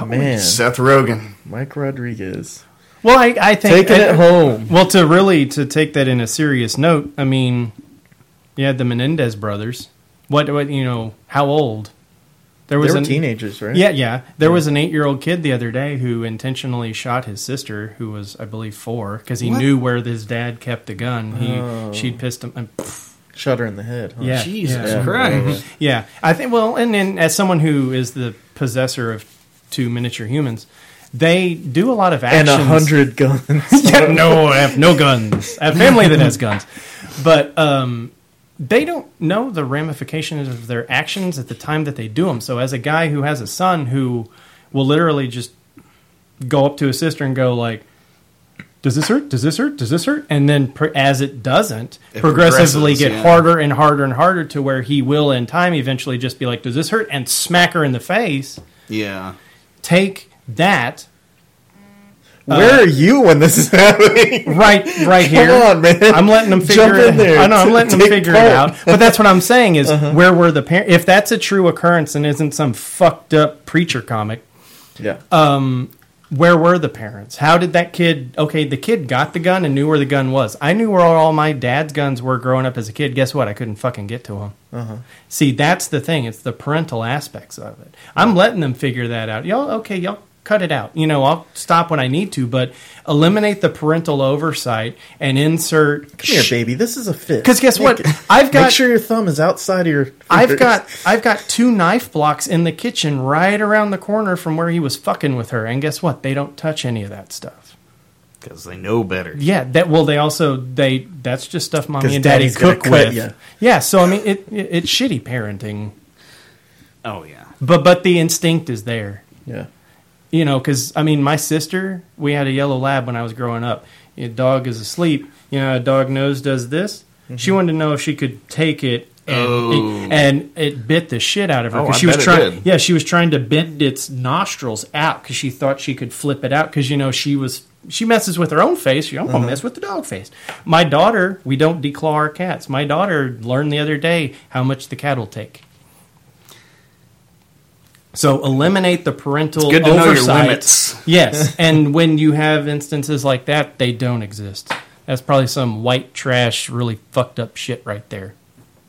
Speaker 2: Oh, man,
Speaker 7: Seth Rogen.
Speaker 2: Mike Rodriguez.
Speaker 4: Well, I, I think
Speaker 2: Take it at home.
Speaker 4: Well, to really to take that in a serious note, I mean, you had the Menendez brothers. What what you know? How old? There
Speaker 2: They were
Speaker 4: an-
Speaker 2: teenagers, right?
Speaker 4: Yeah, yeah. There was an eight-year-old kid the other day who intentionally shot his sister, who was, I believe, four, because he knew where his dad kept the gun. He
Speaker 2: Oh.
Speaker 4: she'd pissed him. and-
Speaker 2: Shot her in the head. Huh?
Speaker 4: yeah,
Speaker 3: Jesus
Speaker 4: yeah.
Speaker 3: Christ.
Speaker 4: Yeah, I think. Well, and then as someone who is the possessor of two miniature humans, they do a lot of
Speaker 2: And
Speaker 4: actions. Uh,
Speaker 2: a hundred guns.
Speaker 4: Yeah, no, I have no guns. I have family that has guns, but um, they don't know the ramifications of their actions at the time that they do them. So, as a guy who has a son who will literally just go up to his sister and go like. Does this hurt? Does this hurt? Does this hurt? And then, pr as it doesn't,
Speaker 3: It
Speaker 4: progressively
Speaker 3: progresses,
Speaker 4: get
Speaker 3: yeah.
Speaker 4: harder and harder and harder to where he will, in time, eventually just be like, "Does this hurt?" and smack her in the face.
Speaker 3: Yeah.
Speaker 4: Take that
Speaker 2: Where are you when this is happening?
Speaker 4: right right
Speaker 2: Come
Speaker 4: here.
Speaker 2: on, man.
Speaker 4: I'm letting them figure
Speaker 2: Jump
Speaker 4: it
Speaker 2: in there.
Speaker 4: I know I'm letting them
Speaker 2: Take
Speaker 4: figure it
Speaker 2: part. Uh-huh.
Speaker 4: out. But that's what I'm saying is where were the parents if that's a true occurrence and isn't some fucked up preacher comic,
Speaker 2: yeah.
Speaker 4: Uh, where were the parents? How did that kid okay, the kid got the gun and knew where the gun was. I knew where all my dad's guns were growing up as a kid. Guess what? I couldn't fucking get to them.
Speaker 2: Uh-huh.
Speaker 4: See, that's the thing. It's the parental aspects of it. I'm letting them figure that out. Y'all, okay, y'all cut it out. You know, I'll stop when I need to, but eliminate the parental oversight and insert.
Speaker 2: Come here, baby. This is a fit.
Speaker 4: Because guess what?
Speaker 2: Make it.
Speaker 4: I've
Speaker 2: Make
Speaker 4: got
Speaker 2: sure your thumb is outside of your.
Speaker 4: I've
Speaker 2: fingers.
Speaker 4: got I've got two knife blocks in the kitchen right around the corner from where he was fucking with her, and guess what? They don't touch any of that stuff.
Speaker 3: Because they know better.
Speaker 4: Yeah, that well, they also they that's just stuff mommy
Speaker 2: 'Cause
Speaker 4: and daddy
Speaker 2: daddy's gonna
Speaker 4: cook
Speaker 2: cut
Speaker 4: with.
Speaker 2: ya.
Speaker 4: Yeah, so I mean, it, it it's shitty parenting,
Speaker 3: Oh, yeah.
Speaker 4: but but the instinct is there.
Speaker 2: Yeah.
Speaker 4: you know, because I mean, my sister, we had a yellow lab when I was growing up. Your dog is asleep. You know, a dog nose does this. She wanted to know if she could take it, and,
Speaker 3: Mm-hmm. Oh.
Speaker 4: and it bit the shit out of her
Speaker 3: Oh,
Speaker 4: 'cause
Speaker 3: I
Speaker 4: she
Speaker 3: bet
Speaker 4: was
Speaker 3: it
Speaker 4: trying.
Speaker 3: did.
Speaker 4: Yeah, she was trying to bend its nostrils out because she thought she could flip it out because you know she was she messes with her own face. She, I'm
Speaker 3: Uh-huh.
Speaker 4: gonna mess with the dog face. My daughter, we don't declaw our cats. My daughter learned the other day how much the cat will take. So eliminate the parental
Speaker 3: Good to know your
Speaker 4: oversight.
Speaker 3: limits.
Speaker 4: Yes, and when you have instances like that, they don't exist. That's probably some white trash, really fucked up shit right there.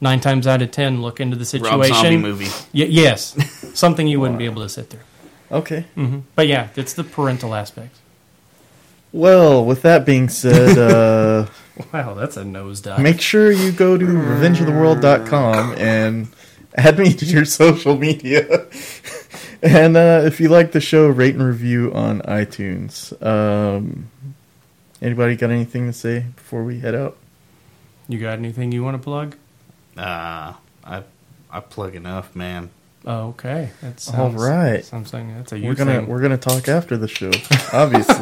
Speaker 4: Nine times out of ten, look into the situation.
Speaker 3: Rob Zombie movie.
Speaker 4: Y- yes, something you wouldn't be able to sit through.
Speaker 2: Okay.
Speaker 4: But yeah, it's the parental aspect.
Speaker 2: Well, with that being said, uh,
Speaker 4: Wow, that's a nosedive.
Speaker 2: make sure you go to revengeoftheworld.com and add me to your social media. and uh, if you like the show, rate and review on iTunes. Um, anybody got anything to say before we head out?
Speaker 4: you got anything you want to plug?
Speaker 3: Uh, I, I plug enough, man.
Speaker 4: Oh, okay, that's
Speaker 2: All right.
Speaker 4: Something that's a you
Speaker 2: We're gonna
Speaker 4: thing.
Speaker 2: we're gonna talk after the show, obviously.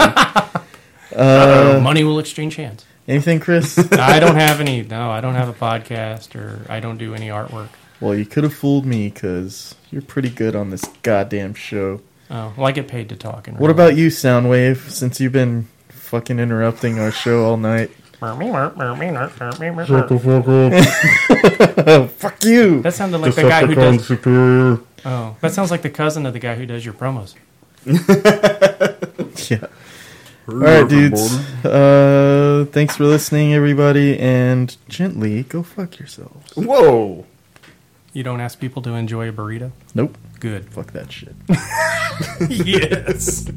Speaker 4: Uh, money will exchange hands.
Speaker 2: anything, Chris?
Speaker 4: I don't have any. No, I don't have a podcast, or I don't do any artwork.
Speaker 2: well, you could have fooled me because you're pretty good on this goddamn show.
Speaker 4: Oh, well, I get paid to talk. And
Speaker 2: What about you, Soundwave? Since you've been fucking interrupting our show all night,
Speaker 7: Shut the
Speaker 4: That
Speaker 7: fuck up.
Speaker 2: fuck you.
Speaker 4: sounded like the guy who
Speaker 7: Decepticon
Speaker 4: does.
Speaker 7: superior.
Speaker 4: Oh, that sounds like the cousin of the guy who does your promos.
Speaker 2: yeah. All right, dudes. Uh, thanks for listening, everybody, and gently go fuck yourselves.
Speaker 3: Whoa.
Speaker 4: You don't ask people to enjoy a burrito.
Speaker 2: Nope,
Speaker 4: Good.
Speaker 2: fuck that shit.
Speaker 4: yes.